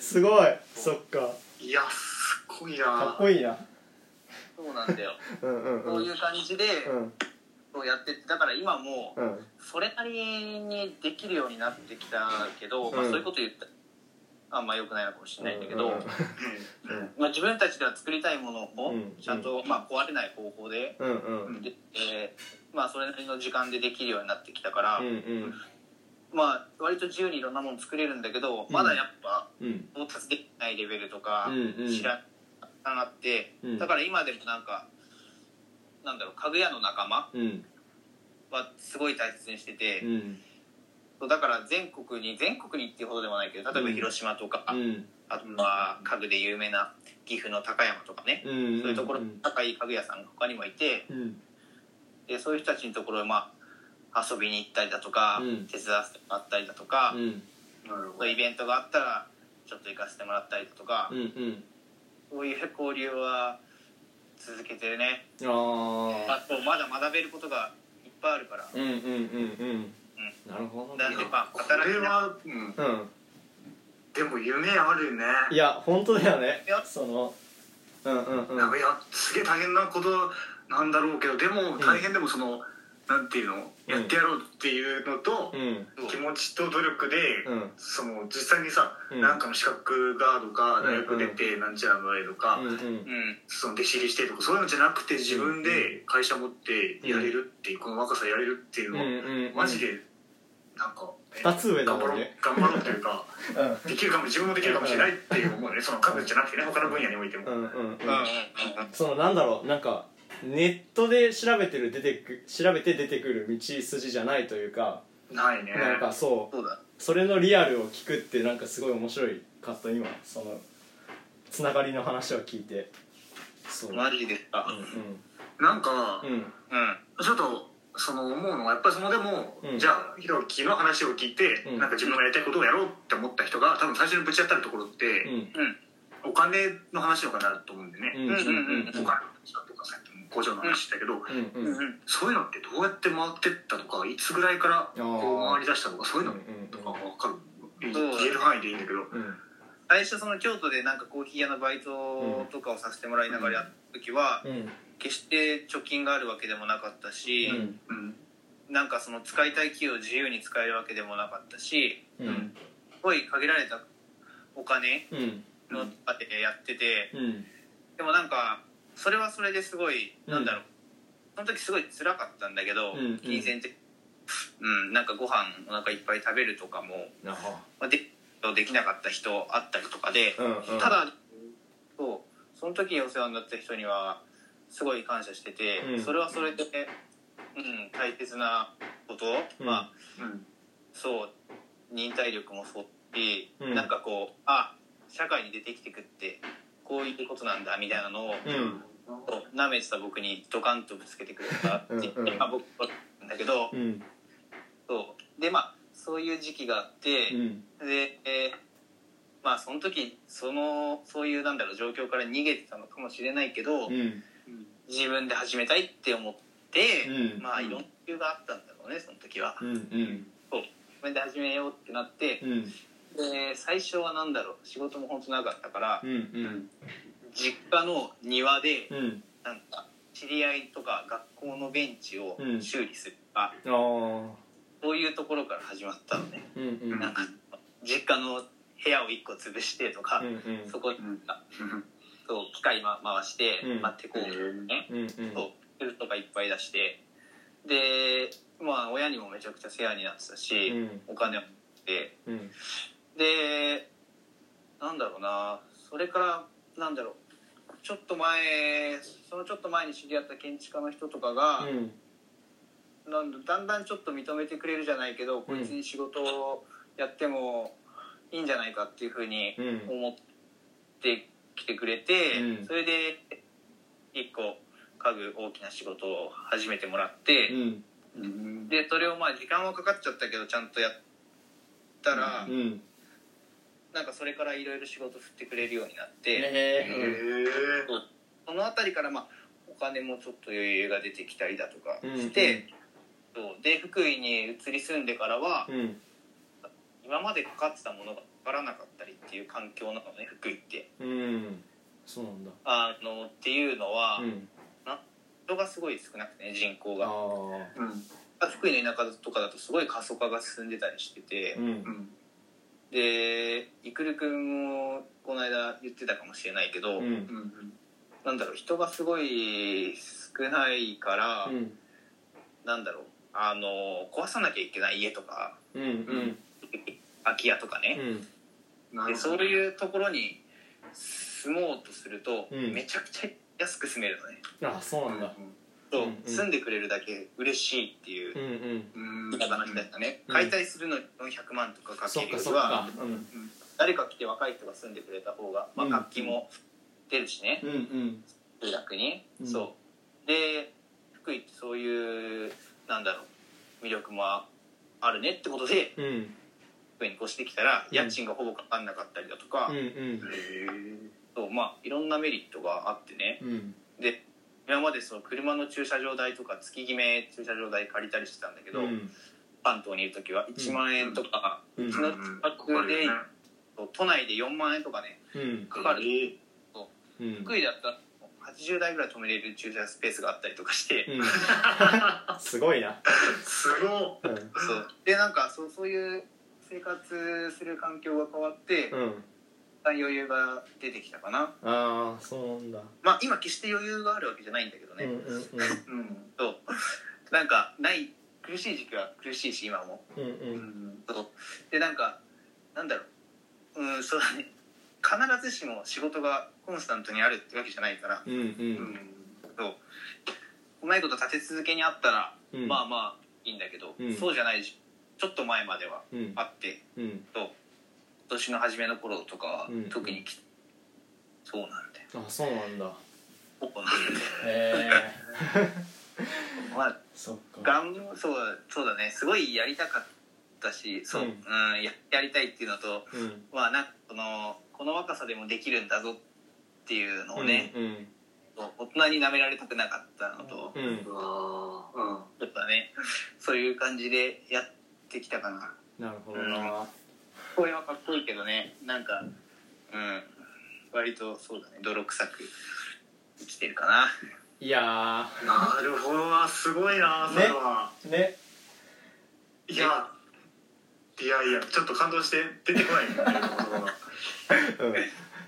すごいそっかいやすごいかっなこいいなそうなんだようんうんそううんいう感じでうんそうやってってだから今もうんそれなりにできるようになってきたけど、まあ、うんそういうこと言ったあんま良くないのかもしれないんだけど、うんうんまあ、自分たちでは作りたいものうをんちゃんと、まあ、壊れない方法で,うんうんうんで、えーまあ、それなりの時間でできるようになってきたから、うんまあ、割と自由にいろんなもの作れるんだけど、うんまだやっぱうん到達できないレベルとか、うんうん知らなくて、うんだから今でもなんかなんだろう家具屋の仲間うんはすごい大切にしてて。うんそうだから全国に全国にっていうほどでもないけど例えばうん広島とか、うんあとは家具で有名な岐阜の高山とかね、うんそういうところうん高い家具屋さんが他にもいてうんでそういう人たちのところへ、まあ、遊びに行ったりだとか、うん手伝わせてもらったりだとかう、んなるほそういうイベントがあったらちょっと行かせてもらったりだとか、うんうんそういう交流は続けてるねあああとまだ学べることがいっぱいあるから、うんうんうんうんなるほどなねんどでまあこれ働きなはうんうんでも夢あるねいや本当だよねそのうんうんうんなんかいやすげえ大変なことなんだろうけどでも大変でもその、なんていうのうんやってやろうっていうのとう、ん気持ちと努力で、うんその実際にさ、うんなんかの資格がとかうん大学出てなんちゃらの絵とか、うんうんうんその弟子入りしてとかそういうのじゃなくて自分で会社持ってやれるっていう、この若さやれるっていうのは、うんうんマジでなんか、ね二つ上だ頑も張ろんうね頑張ろうとい うかできるかも自分もできるかもしれないっていう思うねその家具じゃなくてね他の分野においても、うんうんうんうんうんうんそのなんだろうなんかネットで調べてる出てく調べて出てくる道筋じゃないというかないねなんかそうそうだそれのリアルを聞くってなんかすごい面白いかった今そのつながりの話を聞いてそうマジですかなんか、うんうんちょっとその思うのはやっぱりそのでも、うんじゃあひろきの話を聞いて、うんなんか自分がやりたいことをやろうって思った人が多分最初にぶち当たるところって、うんお金の話とかになると思うんでね、うんうんうんお金の話だとかさっきの工場の話だけど、うんうんううんんうんそういうのってどうやって回ってったとかいつぐらいからこうあー回り出したとかそういうのとか分かる、うん言える範囲でいいんだけど、うん最初その京都でなんかコーヒー屋のバイトとかをさせてもらいながらやった時は、うん決して貯金があるわけでもなかったし、うんうんなんかその使いたい機を自由に使えるわけでもなかったしうんすごい限られたお金うんの中でやってて、うんでもなんかそれはそれですごい、うんなんだろうその時すごい辛かったんだけど、うんうん金銭的うんなんかご飯お腹いっぱい食べるとかも、なあまあでできなかった人あったりとかで、うんうんただそうその時にお世話になった人にはすごい感謝してて、うんそれはそれで、うん、大切なこと、うんまあうんそう忍耐力もそうし、うんなんかこうあ社会に出てきてくってこういうことなんだみたいなのを、うんそう舐めてた僕にドカンとぶつけてくれたって言ってうんうんまあ、僕はなんだけど、うんそうでまあそういう時期があって。うんで、えーまあその時そのそういうなんだろう状況から逃げてたのかもしれないけど、うん自分で始めたいって思って、うんまあいろんな理由があったんだろうねその時はうんうん自分で始めようってなってう、んで最初はなんだろう仕事も本当なかったから、うんうん実家の庭でうんなんか知り合いとか学校のベンチをうん修理するとあか、あそういうところから始まったのねうんうんなんか実家の部屋を1個潰してとか、うんうんそこにうんそう機械、ま、回して、うんまあ、手工具ね、うんうんそうフルとかいっぱい出してでまあ親にもめちゃくちゃ世話になってたし、うんお金もあってうんでなんだろうなそれからなんだろうちょっと前そのちょっと前に知り合った建築家の人とかが、うんなんだだんだんちょっと認めてくれるじゃないけど、こいつに仕事をやってもいいんじゃないかっていうふうにうん思ってきてくれて、うんそれで一個家具大きな仕事を始めてもらって、うんうんでそれをまあ時間はかかっちゃったけどちゃんとやったら、うんなんかそれからいろいろ仕事振ってくれるようになって、えへええその辺りからまあお金もちょっと余裕が出てきたりだとかうんして、そうで福井に移り住んでからは、うん今までかかってたものがかからなかったりっていう環境なのね福井って。うんそうなんだあのっていうのは、うん人がすごい少なくてね人口あがあうん福井の田舎とかだとすごい過疎化が進んでたりしてて、うんうんでいくるくんもこの間言ってたかもしれないけど、うんうんなんだろう人がすごい少ないから、うんなんだろうあの壊さなきゃいけない家とかうんうん空き家とかね、うんなでるそほうどいうところに住もうとすると、うんめちゃくちゃ安く住めるのねあそうなんだそう、うんうん住んでくれるだけ嬉しいっていううんうんうん田舎の人だったね、うん解体するのに400万とかかそけっるよかりそっはかうん誰か来て若い人が住んでくれた方が、まあ、うん楽器も出るしねうんうん集落に、うんそうで福井ってそういうなんだろう魅力もああるねってことでうん福井に越してきたらうん家賃がほぼかかんなかったりだとか、うんうんへそうまあいろんなメリットがあってねうんで今までその車の駐車場代とか月決め駐車場代借りたりしてたんだけど、うん関東にいる時は1万円とか、うんうちえのうん近くで都内で4万円とかねうんかかるえうん福井だったら80台ぐらい止めれる駐車スペースがあったりとかして、うんすごいなすごうんそうでなんかそうそういう生活する環境が変わって、うん余裕が出てきたかなああそうなんだまあ今決して余裕があるわけじゃないんだけどうね、んうんうんうんそうなんかない苦しい時期は苦しいし今もうんううんんそうでなんかなんだろううんそうだね必ずしも仕事がコンスタントにあるってわけじゃないから、うんううんんそううまいこと立て続けにあったら、うんまあまあいいんだけど、うんそうじゃないしちょっと前まではうんあってうんと今年の初めの頃とかはうん特にき、そうなんだよあそうなんだそうなんだよへえまあそっか頑そうそうだねすごいやりたかったしそう、ううんんややりたいっていうのとうんまあなんかこのこの若さでもできるんだぞっていうのをね、うんうん大人に舐められたくなかったのと、ううんんああやっぱねそういう感じでやってきたかななるほどなこれはかっこいいけどねなんかうん割とそうだね泥臭く生きてるかないやうんなるほどなすごいなそれはーねいやいやいやちょっと感動して出てこないなるほどなうん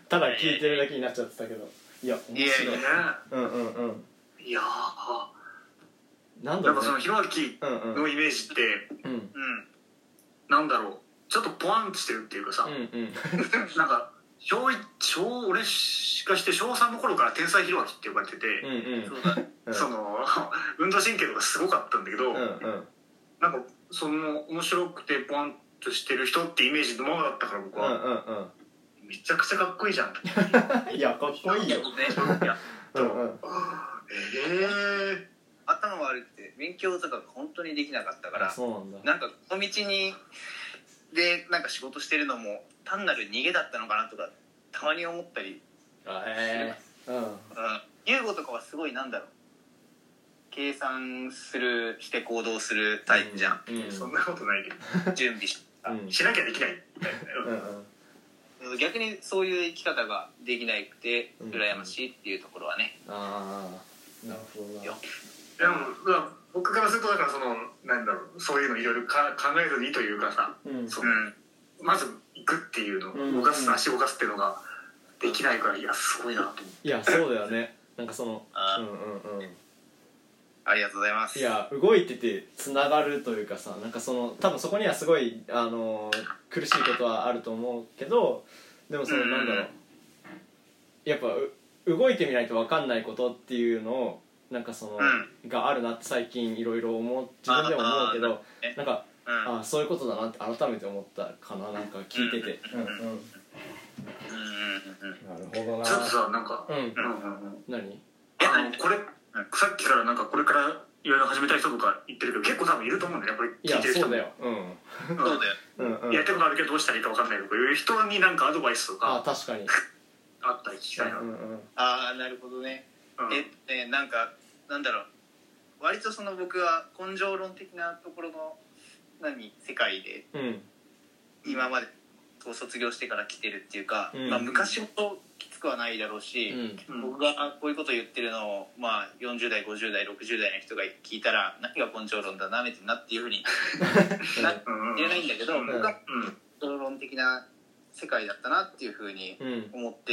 ただ聞いてるだけになっちゃってたけどいや面白いいねうんうんうんいやーなんだなろんかそうのねひろあきうんうんのイメージってうんうんなんだろうちょっとポワンしてるっていうかさ、うんうんなんか小一小俺しかして小3の頃から天才ひろあきって呼ばれてて、うんうんそう だうんその 運動神経とかすごかったんだけうど、んうんなんかその面白くてポワンとしてる人ってイメージのままだったから僕うんは、めちゃくちゃかっこいいじゃんうんうんいやかっこいいよねいやうんうんええ頭悪くて勉強とかが本当にできなかったかあらそうなんだなんかこの道にでなんか仕事してるのも単なる逃げだったのかなとかたまに思ったり、あへえうんうん、優吾とかはすごいなんだろう計算するして行動するタイプじゃん、うんうんそんなことないけど、準備しうんしなきゃできないみたいな、うんうん逆にそういう生き方ができなくてうん羨ましいっていうところはね、ああなるほどいやなでもだから僕からするとだからそのなんだろうそういうのいろいろか考えずにというかさ、うんそのまず行くっていうの、うん動かすうん足動かすっていうのができないからいやすごいなと思っていやそうだよねなんかそのあうーんうんうんありがとうございますいや動いててつながるというかさなんかその多分そこにはすごい、あのー苦しいことはあると思うけどでもそのうんなんだろうやっぱう動いてみないと分かんないことっていうのをなんかその、うがあるなって最近いろいろ思う自分でも思うけどあーなんかうんあーそういうことだなって改めて思ったかななんか聞いてて、うんうん、うんうんうんなるほどなちょっとさなんか、うんうんうんうん何えあ何のこれさっきからなんかこれからいろいろ始めたい人とか言ってるけど結構多分いると思うんだよねこれい聞いやてる人そうもだようんうんそうだようんうんやりたいことあるけどどうしたらいいか分かんないとかいう人になんかアドバイスとあかー確かにあったら聞きたいな、ううんんうんああなるほどねええなんかなんだろう割とその僕は根性論的なところの何世界でうん今までこう卒業してから来てるっていうか、うんまあ、昔ほどきつくはないだろううし、んうん僕がこういうこと言ってるのを、まあ、40代50代60代の人が聞いたら何が根性論だなめてんなっていうふうになうんうん言えないんだけど、うん僕はうん根性論的な世界だったなっていうふうにうん思って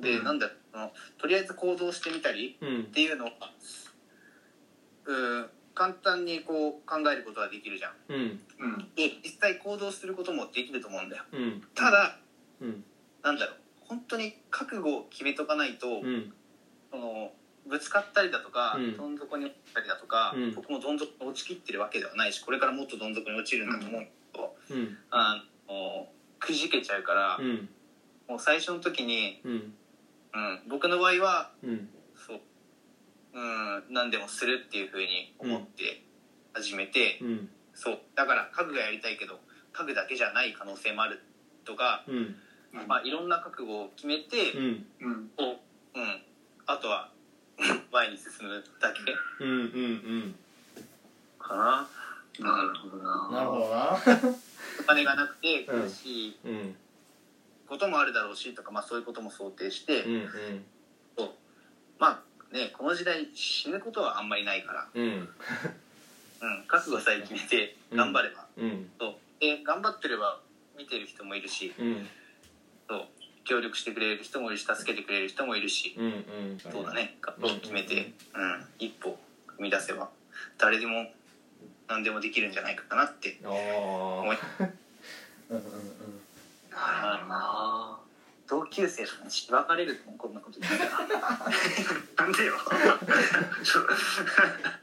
で、うんなんだそのとりあえず行動してみたりうんっていうのはうん簡単にこう考えることはできるじゃんうんうんで実際行動することもできると思うんだようんただうんなんだろう本当に覚悟を決めとかないと、うんそのぶつかったりだとか、うんどん底に落ちたりだとか、うん僕もどん底に落ちきってるわけではないしこれからもっとどん底に落ちるんだと思うけど、うんあのくじけちゃうから、うんもう最初の時に、うんうん、僕の場合はうんそう、うん、何でもするっていうふうに思って始めて、うんそうだから家具がやりたいけど家具だけじゃない可能性もあるとか、うんうんまあ、いろんな覚悟を決めて、ううんんうんうん、あとは 前に進むだけうんうんかななるほどななるほどなお金がなくてうん苦しいうんこともあるだろうしとか、まあ、そういうことも想定して、うんそうまあねこの時代死ぬことはあんまりないから、うんうんうん、覚悟さえ決めてうん頑張れば、うんそうで頑張ってれば見てる人もいるしうんそう協力してくれる人もいるし助けてくれる人もいるし、うんうんそうだね学校を決めて、うん、一歩踏み出せば誰でも何でもできるんじゃないかなってああ思いうんうんなるほどな同級生とかにしばかれるとこんなこと言った らなんでよ ちょ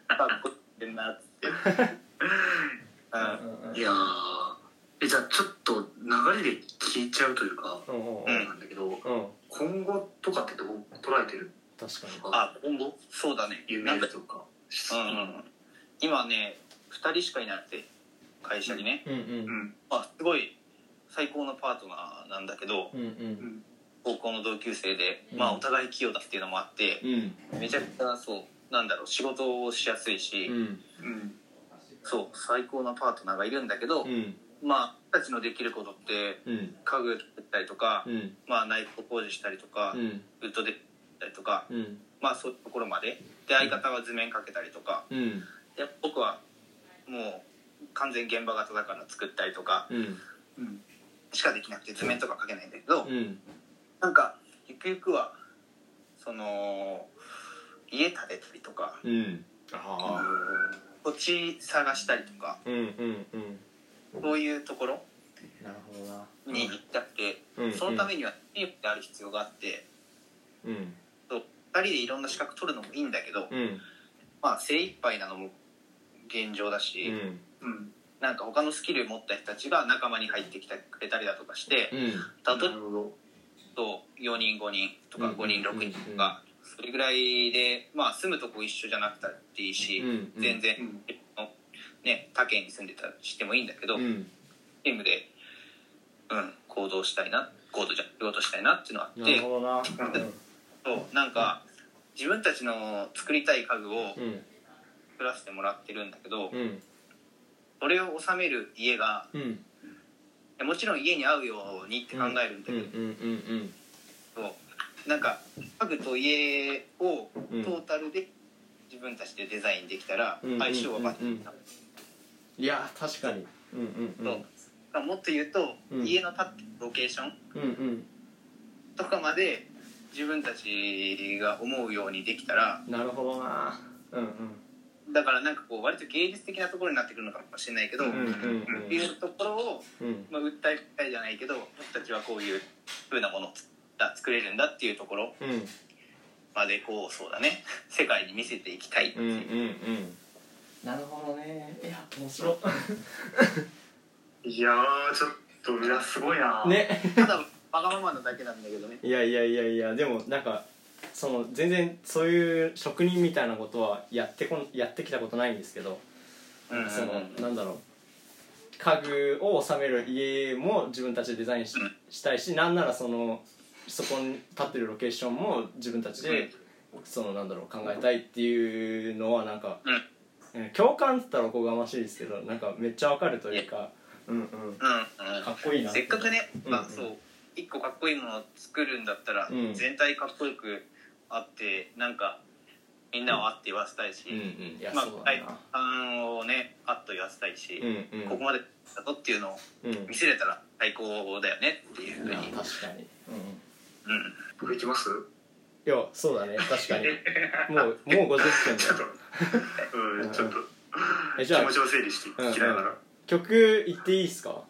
あこってんなっつって、うん、うんいやーえじゃあちょっと流れで聞いちゃうというか、うんんなんだけどうん今後とかってどう捉えてる確かにとかあ今後そうだね夢なんかとかうんうんうん今ね2人しかいなくて会社にね、うんううんんまあ、すごい最高のパートナーなんだけどうんううんん高校の同級生で、うんまあ、お互い器用だっていうのもあってうんめちゃくちゃそうなんだろう仕事をしやすいし、うんうんそう最高なパートナーがいるんだけど、うんまあ僕たちのできることってうん家具作ったりとか、うんまあ、ナイフ工事したりとか、うんウッドでったりとかうんまあそういうところまでで相方は図面かけたりとかうんで僕はもう完全現場型だから作ったりとかうんうんしかできなくて図面とかかけないんだけど、うんなんかゆくゆくはその家建てたりとかうんああ土地探したりとかうんうんうんそういうところなるほどなに行きたくて。うんそのためにはテープである必要があってうんそう2人でいろんな資格取るのもいいんだけど、うんまあ精一杯なのも現状だうし、んうんなんか他のスキル持った人たちが仲間に入ってきてくれたりだとかしてう例えんばなるほど4人5人とかうん5人6人とか、それぐらいで、まあ、住むとこ一緒じゃなくたっていいし、うんうん全然う、んね、他県に住んでたりしてもいいんだけど、うんチームで、うん、行動したいな行動じゃ仕事したいなっていうのがあっなてる。ほどなそうなんか自分たちの作りたい家具をうん作らせてもらってるんだけどうんそれを収める家がうんもちろん家に合うようにって考えるうんだけんうどん、うんそうなんか家具と家をトうんータルで自分たちでデザインできたらうんうん相性はバッチリだいやー確かにうんうんうとんだからもっと言うと、うん家の立ってるロケーションうんうんとかまで自分たちが思うようにできたらなるほどなうんうんだからなんかこう割と芸術的なところになってくるのかもしれないけど、うんうんうんいうところを、うんまあ、訴えたいじゃないけど僕たちはこういう風なものをつだ作れるんだっていうところうんまでこうそうだね 世界に見せていきたいってうんうんういうんなるほどねいや面白いやーちょっといやすごいな、ねただわがままなだけなんだけどねいやいやいやいやでもなんかその全然そういう職人みたいなことはやってこんやってきたことないんですけど、うんそのなんだろう家具を収める家も自分たちでデザインししたいしなんならそのそこに立ってるロケーションも自分たちで、そのなんだろう考えたいっていうのはなんか、えー共感って言ったらおこがましいですけどなんかめっちゃわかるというか、うんうん、うんうんかっこいいなせっかくね、うんまうあ、んそう一個かっこいいものを作るんだったら、うん全体かっこよくあってなんかみんなをあって言わせたいし、うんうんいや、まあそうだな、体感をねあっと言わせたいし、うんうんここまでだぞっていうのをうん見せれたら最高だよねっていういふうに、やうん、確かに、うん僕行きますいやそうだね確 かにもうもう50点ちょだっとよ うんちょっとえ気じゃあ持ちを整理して聞きながら、曲言っていいですか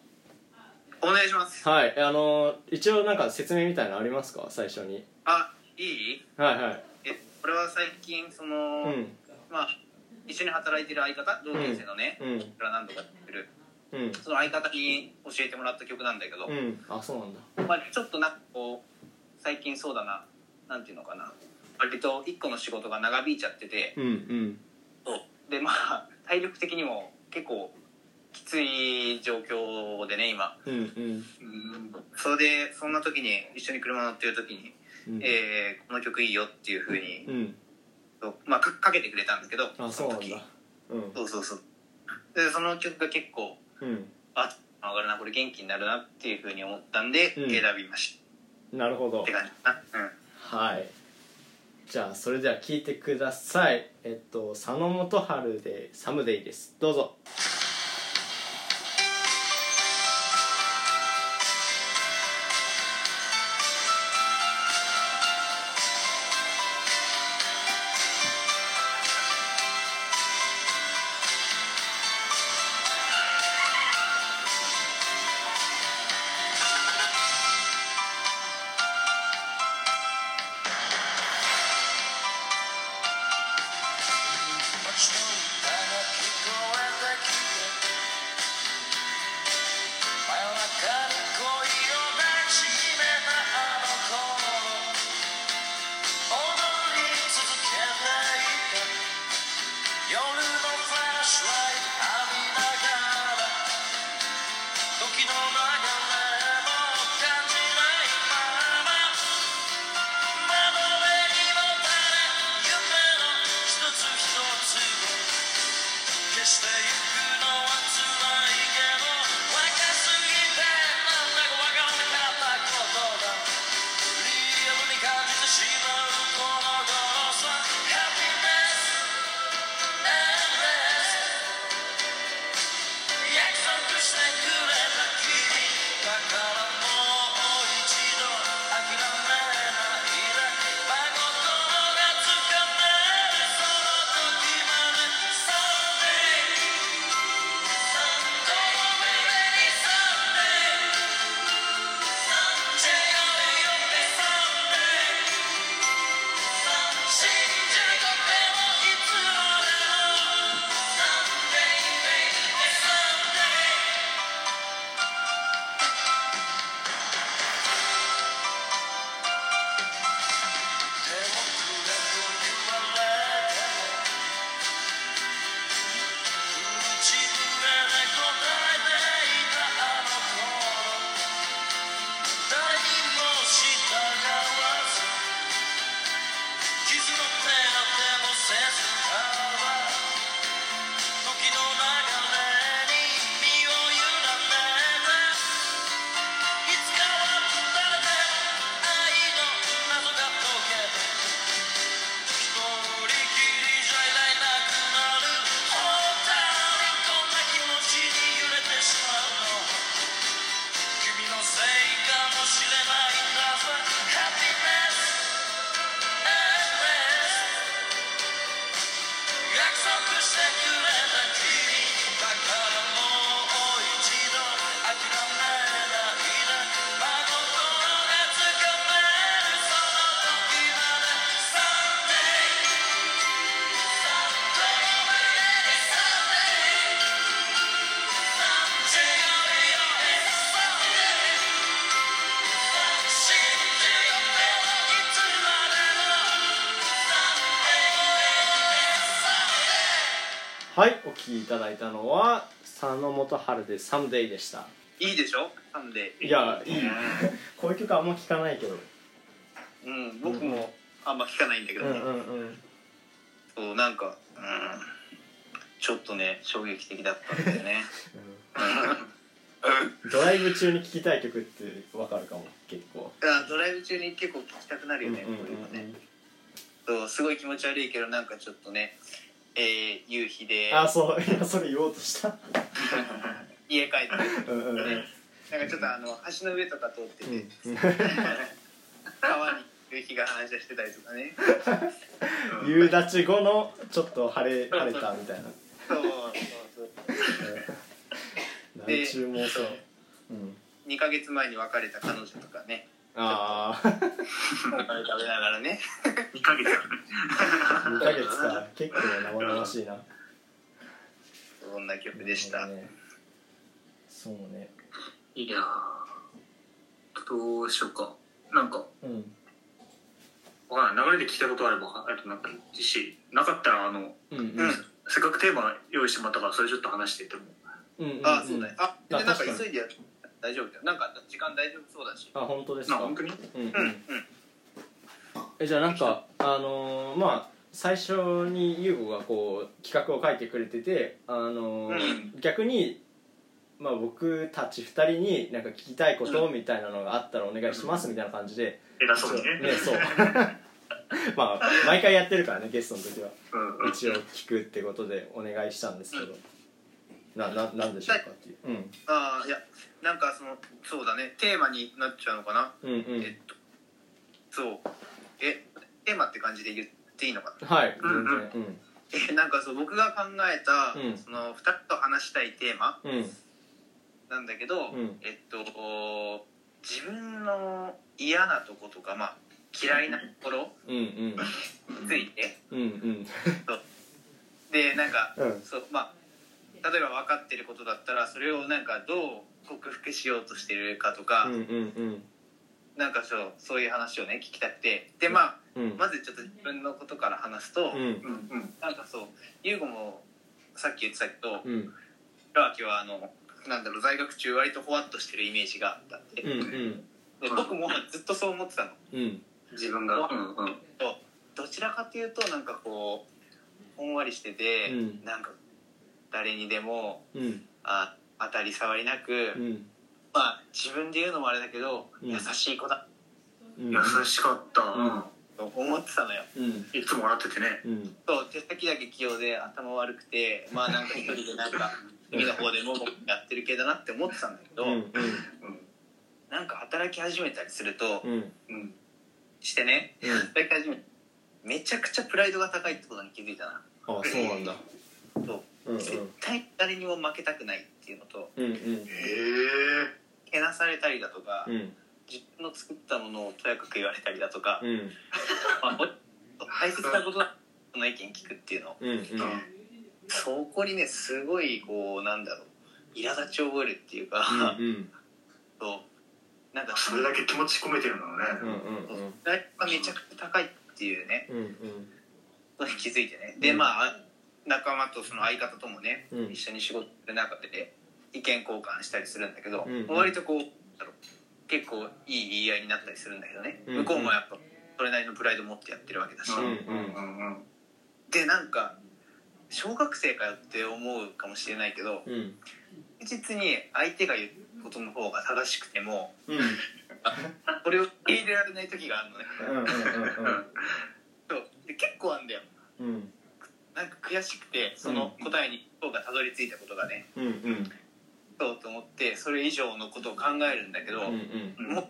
お願いしますはいあのー一応なんか説明みたいなのありますか最初にあいいはいはいえ俺は最近その、うんまあ一緒に働いてる相方同級生のね、うんいくら何度かやってるうんその相方に教えてもらった曲なんだけど、うんあそうなんだまあ、ちょっとなんかこう最近そうだななんていうのかな割と一個の仕事が長引いちゃっててうんうんでまあ体力的にも結構きつい状況でね今うんうんうんそれでそんな時に一緒に車乗ってる時に、うんえーこの曲いいよっていう風に、うんまあ、かかけてくれたんだけどあそうなんだうんそうそうそうでその曲が結構うんあ上がるなこれ元気になるなっていう風に思ったんで、うん選びましなるほたどって感じかな、うんはいじゃあそれでは聴いてくださいえっと佐野元春で「サムデイ」ですどうぞ街の歌が聞こえてきて真夜中に恋を抱きしめたあの頃踊り続けていた夜のフラッシュライト浴びながら時の流れも感じないまま窓辺にもたれ夢の一つ一つを消してゆくのは辛いけど若すぎてなんだかわからなかったことだリアルに感じてしまうこの頃さ Happiness and rest 約束してくれた君だからもう一度諦めないでまことがつかめるその時まで Someday はいお聴きいただいたのは佐野元春で「サムデイ」でしたいいでしょなんでいやいいこういう曲あんま聞かないけどうん僕もあんま聞かないんだけうど、んうねんうんそうなんかうんちょっとね衝撃的だったんだよ ね ドライブ中に聴きたい曲ってわかるかも結構あドライブ中に結構聴きたくなるうよんね、うんこういうのうねんそうすごい気持ち悪いけどなんかちょっとねえー、夕日であそう今それ言おうとした家帰ってうんうんうんねなんかちょっとあの橋の上とか通ってて、うん川に夕日が反射してたりとかね夕立ち後のちょっと晴れ晴れたみたいなそうそうそう何注もそううん2ヶ月前に別れた彼女とかねああお金食べながらね2ヶ月2ヶ月か結構生々しいなそんな曲でした、ねそうね いやーどうしようかなんかうんわかんない流れで聞いたことあればあとなんかいいしなかったらあのうんうんうんせっかくテーマ用意してもらったからそれちょっと話していってもうんうんあそうだねあであなんか確かに急いでやる大丈夫だよなんか時間大丈夫そうだしあ本当ですなか本当にうんうんうんうんえじゃあなんかあのーまあ最初に優吾がこう企画を書いてくれててあのー逆にまあ僕たち2人になんか聞きたいことみたいなのがあったらお願いしますみたいな感じで偉そうにねねそう まあ毎回やってるからねゲストの時はうんうん一応聞くってことでお願いしたんですけどなななんでしょうかっていう、うん、ああいやなんかそのそうだねテーマになっちゃうのかな、うんうえっんとそうえテーマって感じで言っていいのかなはい全うんうん然えなんかそう僕が考えた、うんその2人と話したいテーマうんなんだけど、うんえっとこう自分の嫌なとことか、まあ、嫌いなところうんうんについて、うんうんでなんか、うんそうまあ例えば分かってることだったらそれをなんかどう克服しようとしてるかとか、うんうんうんなんかそうそういう話をね聞きたくてでまあうんまずちょっと自分のことから話すうと、んうんうんなんかそう優吾もさっき言ってたけどうん浦脇、はあのなんだろう在学中割とほわっとしてるイメージがあったんで,、うんうんで僕もずっとそう思ってたの。うん自分がうんうんそうどちらかというとなんかこうほんわりしてて、うんなんか誰にでもうんあ当たり障りなく、うんまあ自分で言うのもあれだけど、うん優しい子だうん優しかった、うんと思ってたのようんいつも笑っててねうんそう手先だけ器用で頭悪くてまあなんか一人でな んか海の方でももやってる系だなって思ってたんだけど、うんなんか働き始めたりすると、うんうんしてねうん働き始めめちゃくちゃプライドが高いってことに気づいたなあそうなんだそううん絶対誰にも負けたくないっていうのとうんうんへえけなされたりだとか、うん自分の作ったものをとやかく言われたりだとか、うんまあお大切なことだ人の意見聞くっていうのうんうんそこにねすごいこうなんだろう苛立ちを覚えるっていうか、うん そうなんかそれだけ気持ち込めてるのね、うんうんそうプライドがめちゃくちゃ高いっていうねうんことに気づいてねでまあ仲間とその相方ともね、うん一緒に仕事する中で、ね、意見交換したりするんだけど、うん割とこうなんだろう結構いい言い合いになったりするんだけどね、うん向こうもやっぱそれなりのプライド持ってやってるわけだし、んうんうんでなんか小学生かよって思うかもしれないけどうんうん確実に相手が言うことの方が正しくてもうんうんこれを受け入れられない時があるのねうそうで結構あるんだよんうんなんか悔しくてその答えに方がたどり着いたことがねうんうんそうと思ってそれ以上のことを考えるんだけど、うんうんもう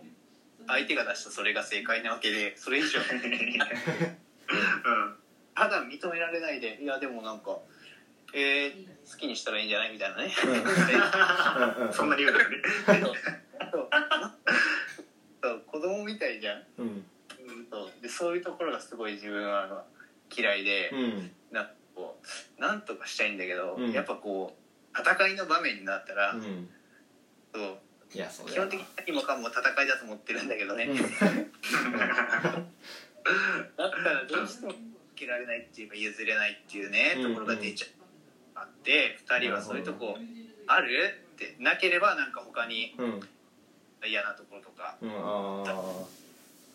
相手が出したそれが正解なわけでそ れ以上ただ認められないでいやでもなんかえー好きにしたらいいんじゃないみたいなねうんうんそんな理由だよね。そうそう子供みたいじゃんうんそうでそういうところがすごい自分はあの嫌いで、うんなんかこうなんとかしたいんだけど、うんやっぱこう戦いの場面になったら、うんそういやそれ基本的に何もかも戦いだと思ってるんだけどね、うんだったらどうしても受けられないっていうか譲れないっていうね、うんところが出ちゃうあって2人はそういうとこあるってなければなんか他にうん嫌なところとかうんあ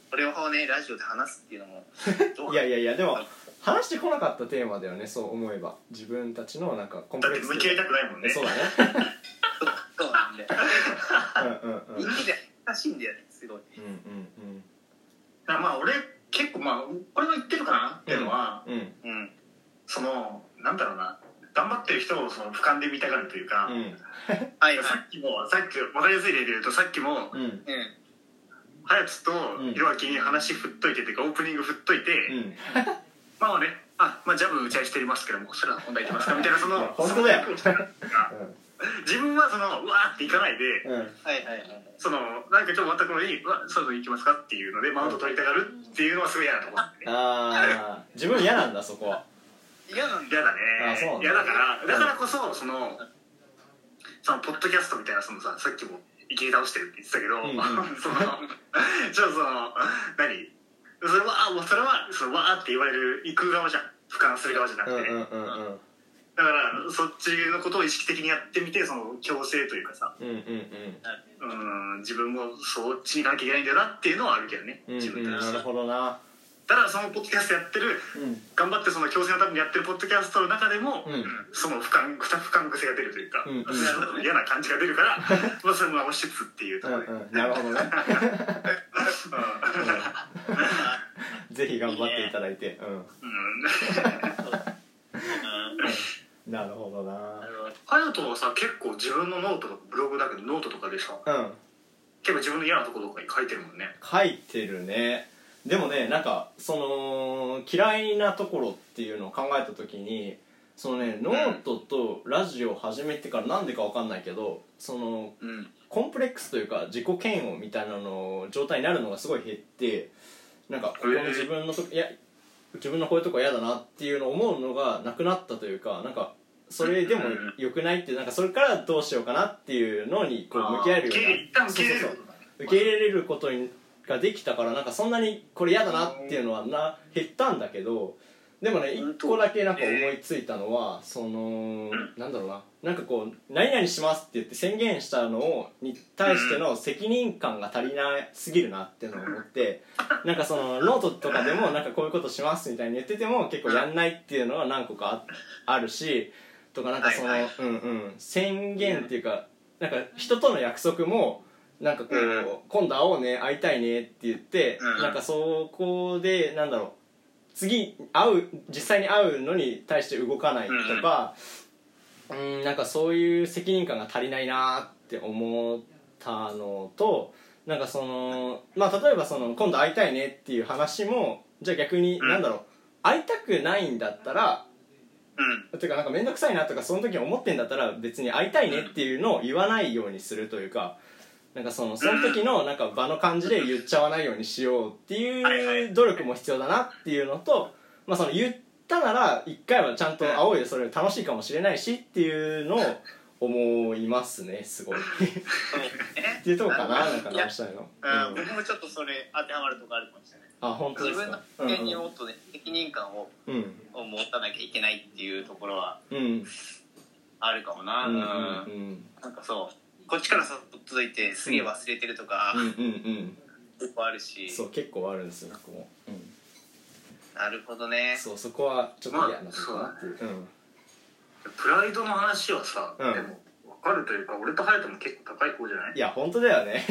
それをねラジオで話すっていうのもどあういやいやいやでも話してこなかったテーマだよねそう思えば自分たちのなんかコンプだっレてックス向き合いたくないもんねそうだねそうなんでうんうんうんうん人気で恥ずかしいんだよねすごいうんだからまあ俺結構まあこれは言ってるかなっていうのは、うんうんうんそのなんだろうな頑張ってる人をその俯瞰で見たがるというか、うんはいはいさっきもさっき分かりやすい例で言うとさっきもうんうんハヤツとうんひろあきに話振っといててかオープニング振っといて、うんまあねあまあジャブ打ち合いしてますけどもそしたら本題いきますかみたいなそいのや本当だよそのその 自分はそのうわーっていかないで、うんうんはいはいはいそのなんかちょっと終わった頃に「うわそろそろ行きますか?」っていうのでマウント取りたがるっていうのはすごい嫌なと思ってねああ自分嫌なんだそこは嫌なんだ嫌だねあそうなんだ嫌だからだからこそそのそのポッドキャストみたいなそのささっきも「いきり倒してる」って言ってたけど、うんうん そのちょっとその何それはあそれはそのわーって言われる行く側じゃん俯瞰する側じゃなうんくうてんね、うんうんだからそっちのことを意識的にやってみてその強制というかさうんうんうん自分もそっちに行かなきゃいけないんだよなっていうのはあるけどねうんうん自う分んでなるほどなただそのポッドキャストやってるうん頑張ってその強制のためにやってるポッドキャストの中でも、うんその俯瞰俯瞰癖が出るというか、うんうんその嫌な感じが出るからまあそれも押しつつっていうとうこんろうで、んなるほどねうん うんぜひ頑張っていただいてうんなるほどな隼人はさ結構自分のノートとかブログだけどノートとかでさうん結構自分の嫌なところとかに書いてるもんね書いてるねでもねなんかその嫌いなところっていうのを考えた時にそのねノートとラジオを始めてからなんでかわかんないけどそのうんコンプレックスというか自己嫌悪みたいなの状態になるのがすごい減ってなんかここの自分のとこいや自分のこういうとこ嫌だなっていうのを思うのがなくなったというかなんかそれでも良くないってなんかそれからどうしようかなっていうのにこう向き合えるようにな一旦受け入れそうそうるそう受け入れれることにができたからなんかそんなにこれ嫌だなっていうのはな減ったんだけどでもね本一当個だけなんか思いついたのはそのなんだろうななんかこう「何々します」って言って宣言したのをに対しての責任感が足りなすぎるなっていうのを思ってなんかそのノートとかでもなんかこういうことしますみたいに言ってても結構やんないっていうのは何個かああるしとかなんかそのはいはうんうん宣言っていうかなんか人との約束もなんかこう、うん今度会おうね会いたいねって言って、うんなんかそこでなんだろう次会う実際に会うのに対して動かないとかうんなんかそういう責任感が足りないなって思ったのとなんかそのまあ例えばその今度会いたいねっていう話もじゃあ逆に、うんなんだろう会いたくないんだったらうんてかなんか面倒くさいなとかその時思ってんだったら別に会いたいねっていうのを言わないようにするというかなんかそのその時のなんか場の感じで言っちゃわないようにしようっていう努力も必要だなっていうのと、まあ、その言ったなら一回はちゃんと会おうよそれ楽しいかもしれないしっていうのを思いますねすごい。っそうねていうとこかななんかいや直したいの。あうん僕もちょっとそれ当てはまるとこあるかもしれないあ本当で自す分のか。う保ん険にもっとね責任感をうんを持たなきゃいけないっていうところはうんあるかもな、うんうんうんなんかそうこっちからさっといてすげえ忘れてるとかうんうんうん結構あるうしんそう結構あるんですよ僕も。うんなるほどねそうそこはちょっと嫌なとこだなっていう、プライドの話はさ、うんでも分かるというか俺と隼人も結構高い方じゃなうんいいや本当だよ ね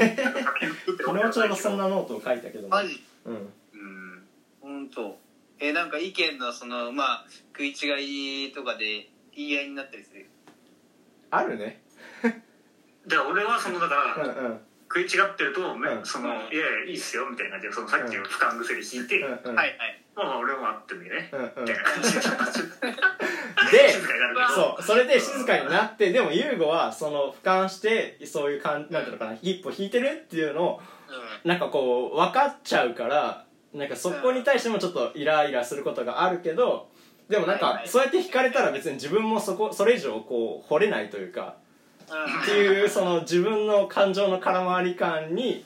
昨日ちょうどそんなノートを書いたけどもマジうんうん本当えなんか意見のそのまあ食い違いとかで言い合いになったりするあるねで俺はそのだから、うんうんうん食い違ってると、めうんそのいやいやいいっすよみたいな感じでそのさっきの俯瞰癖で引いて、うんうんはいはいまあまあ俺もあってもいいね、うんうんみたいな 感じでちょっと静でかになるけどそうそれで静かになってでも優吾はその俯瞰してそういう感なんていうのかな一歩引いてるっていうのをなんかこう分かっちゃうからなんかそこに対してもちょっとイライラすることがあるけどでもなんはいかはいそうやって引かれたら別に自分もそこそれ以上こう惚れないというかうんっていうその自分の感情の空回り感に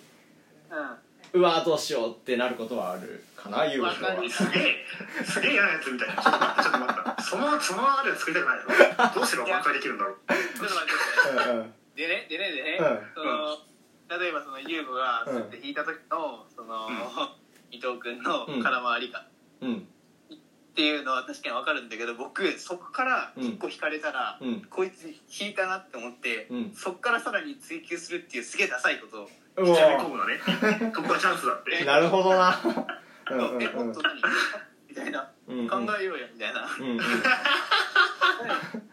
うんうわどうしようってなることはあるかなユーゴわさんはかりすげえすげえ嫌なやつみたいなちょっと待ってちょっと待ってそのその流れを作りたくないよどうすれば挽回できるんだろうちょっと待ってうんうんでねでねでね、うんその例えばその優吾がスッて引いた時のその、うん伊藤君の空回りかうんっていうのは確かにわかるんだけど僕そこから一個引かれたら、うんこいつ引いたなって思って、うんそこからさらに追求するっていうすげえダサいことを、う引き込おむの ねここはチャンスだってーなるほどなうんうんえうんもっと何みたいな、うんうん考えようよみたいな、うんうん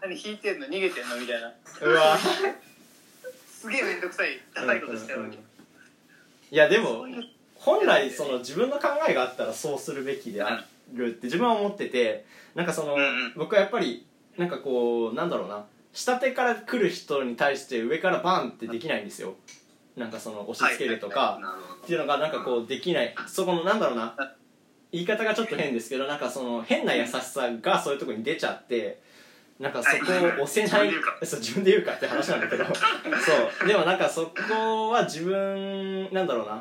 何引いてんの逃げてんのみたいなうわすげえ面倒くさいダサいことしちゃうわけ、いやでも本来その自分の考えがあったらそうするべきであるって自分は思っててなんかそのんうん僕はやっぱりなんかこうなんだろうな下手から来る人に対して上からバンってできないんですよなんかその押し付けるとかなるほどっていうのがなんかこうできないそこのなんだろうな言い方がちょっと変ですけどなんかその変な優しさがそういうとこに出ちゃってなんかそこを押せなはいい自分で言うかそう自分で言うかって話なんだけ どそうでもなんかそこは自分なんだろうな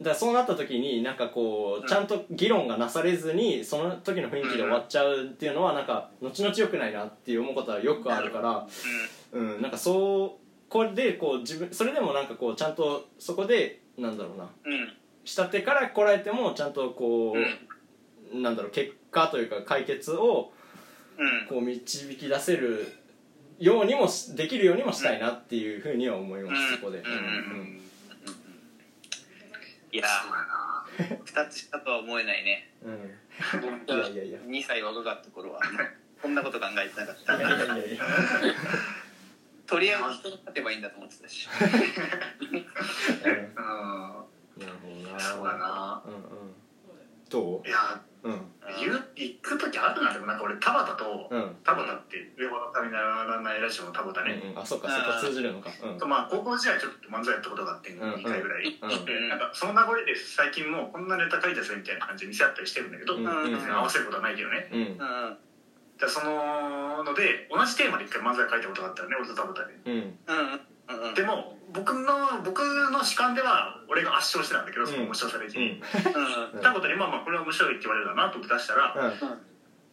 だからそうなった時になんかこうちゃんと議論がなされずにその時の雰囲気で終わっちゃうっていうのはなんか後々良くないなっていう思うことはよくあるからうんなんかそうこれでこう自分それでもなんかこうちゃんとそこでなんだろうなうん下手から来られてもちゃんとこう、なんだろう結果というか解決をうんこう導き出せるようにもしできるようにもしたいなっていうふうには思います、うんそこで、うんうんいやそうやな2つしたとは思えないねうんいやいやいや2歳若かった頃はこんなこと考えてなかったいやいやいやいやとりあえず人に勝てばいいんだと思ってたしうんなるほどなそうだなうんうんどうんいやううん言う行く時あるなでもなんか俺田畑と、うんうん田畑って上のためにならないラジオの田畑ね、うんあそっかそこ通じるのかうんとまあ高校時代ちょっと漫才やったことがあってうん2回ぐらい、うんでなんかその名残で最近もうこんなネタ書いたぜみたいな感じで見せ合ったりしてるんだけど、うん別うにん合わせることはないけどねうんうんじゃそのので同じテーマで一回漫才書いたことがあったよね俺と田畑でうんうんうんうんでも僕の僕の主観では俺が圧勝してたんだけどその面白さ的うに、んうん田畑にまあまあこれは面白いって言われるだなと思って出したら、うん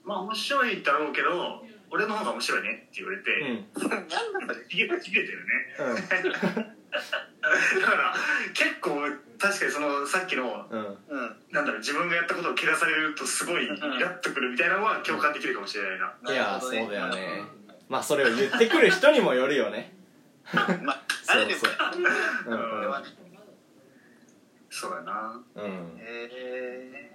まあ面白いだろうけど俺の方が面白いねって言われて、うんなんだそれひげひげてるねうんだから結構確かにそのさっきのうんうんなんだろう自分がやったことを蹴らされるとすごいイラッとくるみたいなのは共感できるかもしれないな、いやなるそほうどねだよねまあそれを言ってくる人にもよるよねまああそうれでもそううんうんうんそうだなうんへ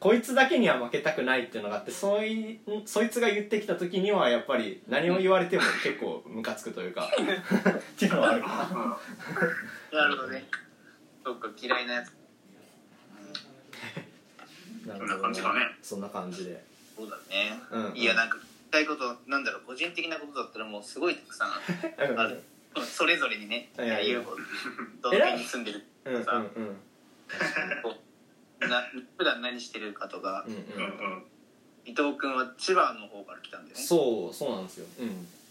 こいつだけには負けたくないっていうのがあってそいそいつが言ってきた時にはやっぱり何を言われても結構ムカつくというかっていうのはあるかえなるほどねそっか嫌いなやつなそんな感じかねそんな感じでそうだねうんうんいやなんか言いたいことなんだろう個人的なことだったらもうすごいたくさんあるうんあるそれぞれにねいやいや UFO 同時に住んでるうんうんうんこうな普段何してるかとかうんうんうんうん伊藤君は千葉の方から来たんだよねそうそうなんですよ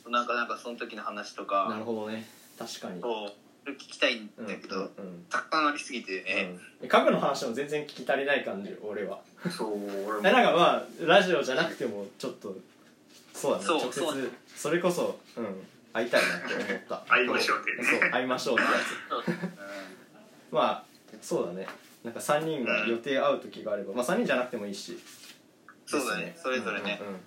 うんなんかなんかその時の話となるかほどね確かにそう聞きたいんうんだけど、うんうんたくさんありすぎてね、うん家具の話も全然聞き足りない感じ俺はうんそう俺えもなんかまあラジオじゃなくてもちょっとそうだねそう直接そうそれこそ、うん、会いたいなって思った 会いましょうっていうねそう会いましょうってやつまあそうだねなんか3人が予定会う時があれば、まあ3人じゃなくてもいいしそうだねですそれぞれねうんうんうん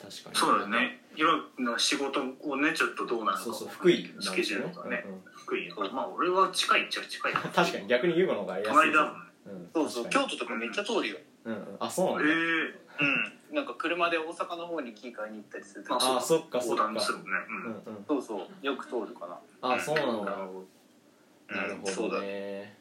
確かにそうだね今の仕事をねちょっとどうなのかそうそう福井なんですよスねケジュールとかね、うんうん福井まあ俺は近いっちゃ近い 確かに逆に優吾の方がやりやすい隣だもんうん、そうそう確京か都とかめっちゃ通るよ、にうんうん、あそうなんだ、ええうん、なんか車で大阪の方に木買いに行ったりするとああそっかそ横っか断するもんねうんうんそうそうよく通るかなあそうなんうんだなるほなるそほうだどね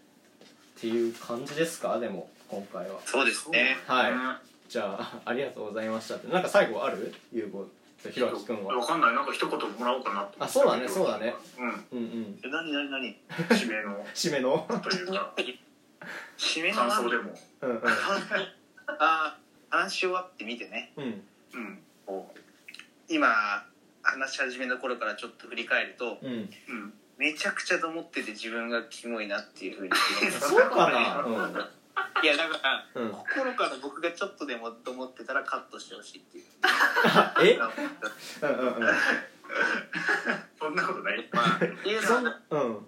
っていう感じですかでも今回はそうですねどはい、ねじゃあ ありがとうございましたってなんか最後あるゆうごとひろあきくんわはかんないなんか一言もらおうかなと思ってあそうだねそうだねうんうんうんえ何何何締めの締めの というか締めの感何想でもうんうんあー話し終わってみてねうんうんこう今話し始めの頃からちょっと振り返るとうんうん めちゃくちゃと思ってて自分がキモいなっていうふうにそうかなうんいやだから、うん 心から僕がちょっとでもと思ってたらカットしてほしいっていうえまうんうんうんそんなことない。あっていうのはうん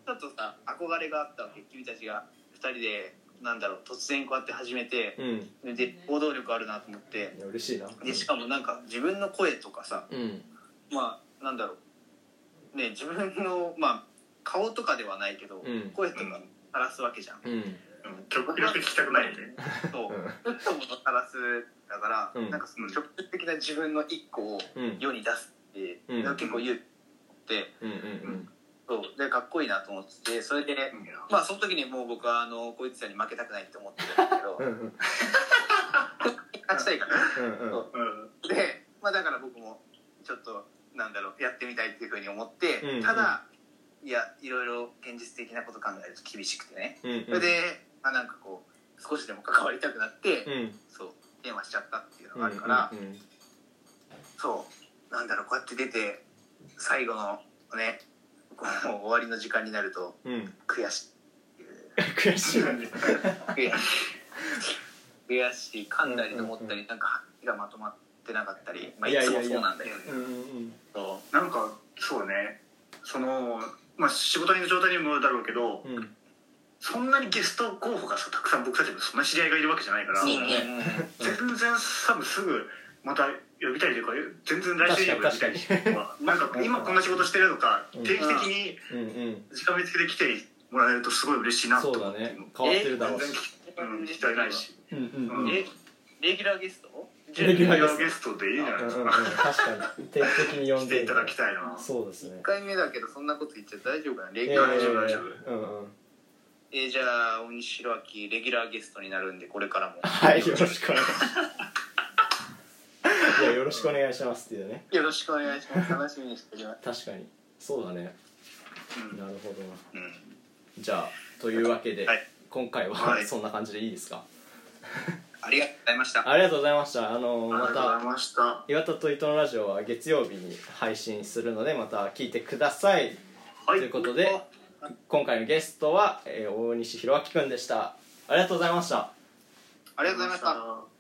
ちょっとさ憧れがあったわけ君たちが2人でなんだろう突然こうやって始めてうんで行動力あるなと思っていや嬉しいなでしかもなんか自分の声とかさうんまあなんだろうね自分のまあ顔とかではないけうど、ん声とかさらすわけじゃんうんうん極力聞きたくないよね。そううん打ったものさらすだから、うんなんかその直接的な自分の一個をうん世に出すって、うん結構言うってうんうんそうでかっこいいなと思っててそれで、うんまあその時にもう僕はあのこいつらに負けたくないと思ってるんだけど うんうんうん勝ちたいからうんうんうんで、まあ、だから僕もちょっとなんだろうやってみたいっていうふうに思って、うんただいやいろいろ現実的なこと考えると厳しくてねうんそれで、あなんかこう少しでも関わりたくなって、うんそう電話しちゃったっていうのうんがあるから、うんうんそうなんだろうこうやって出て最後のねこう終わりの時間になるとうん悔しい悔しいなんで 悔しい悔しい噛んだりと思ったうんうんりなんか歯がまとまってなかったり、まあ、いいやいつやもいやそうなんだよねうんうんそなんかそうねそのまあ仕事の状態にもよるだろうけどうんうんそんなにゲスト候補がさたくさん僕たちもそんな知り合いがいるわけじゃないからうそうんううだんね全然多分すぐまた呼びたいというか全然来週にも呼びたいしなんか今こんな仕事してるとかうん定期的にうんうん時間見つけて来てもらえるとすごい嬉しいなとそうだ思ってね変わってるだろうし全然聞きたいないしうんうんうんえレギュラーゲストレギュレラギュラーーゲゲスストでいいじゃトうないんうですんうんか確かに定期的に呼ん来てでいただきたいなそうですね1回目だけどそんなこと言っちゃ大丈夫かなレギュえラーー、大丈夫大丈夫うんうんえーじゃあ大西弘明レギュラーゲストになるんでこれからもはいよろしくお願いします いやよろしくお願いしますっていうねよろしくお願いします楽しみにしております確かにそうだねうんなるほどなうんじゃあというわけで、はい今回ははいそんな感じでいいですかありがとうございましたありがとうございましたあのありまがとうございたました岩田と伊藤のラジオは月曜日に配信するのでまた聞いてください、はいということで今回のゲストは、えー大西弘明くんでしたありがとうございましたありがとうございましたた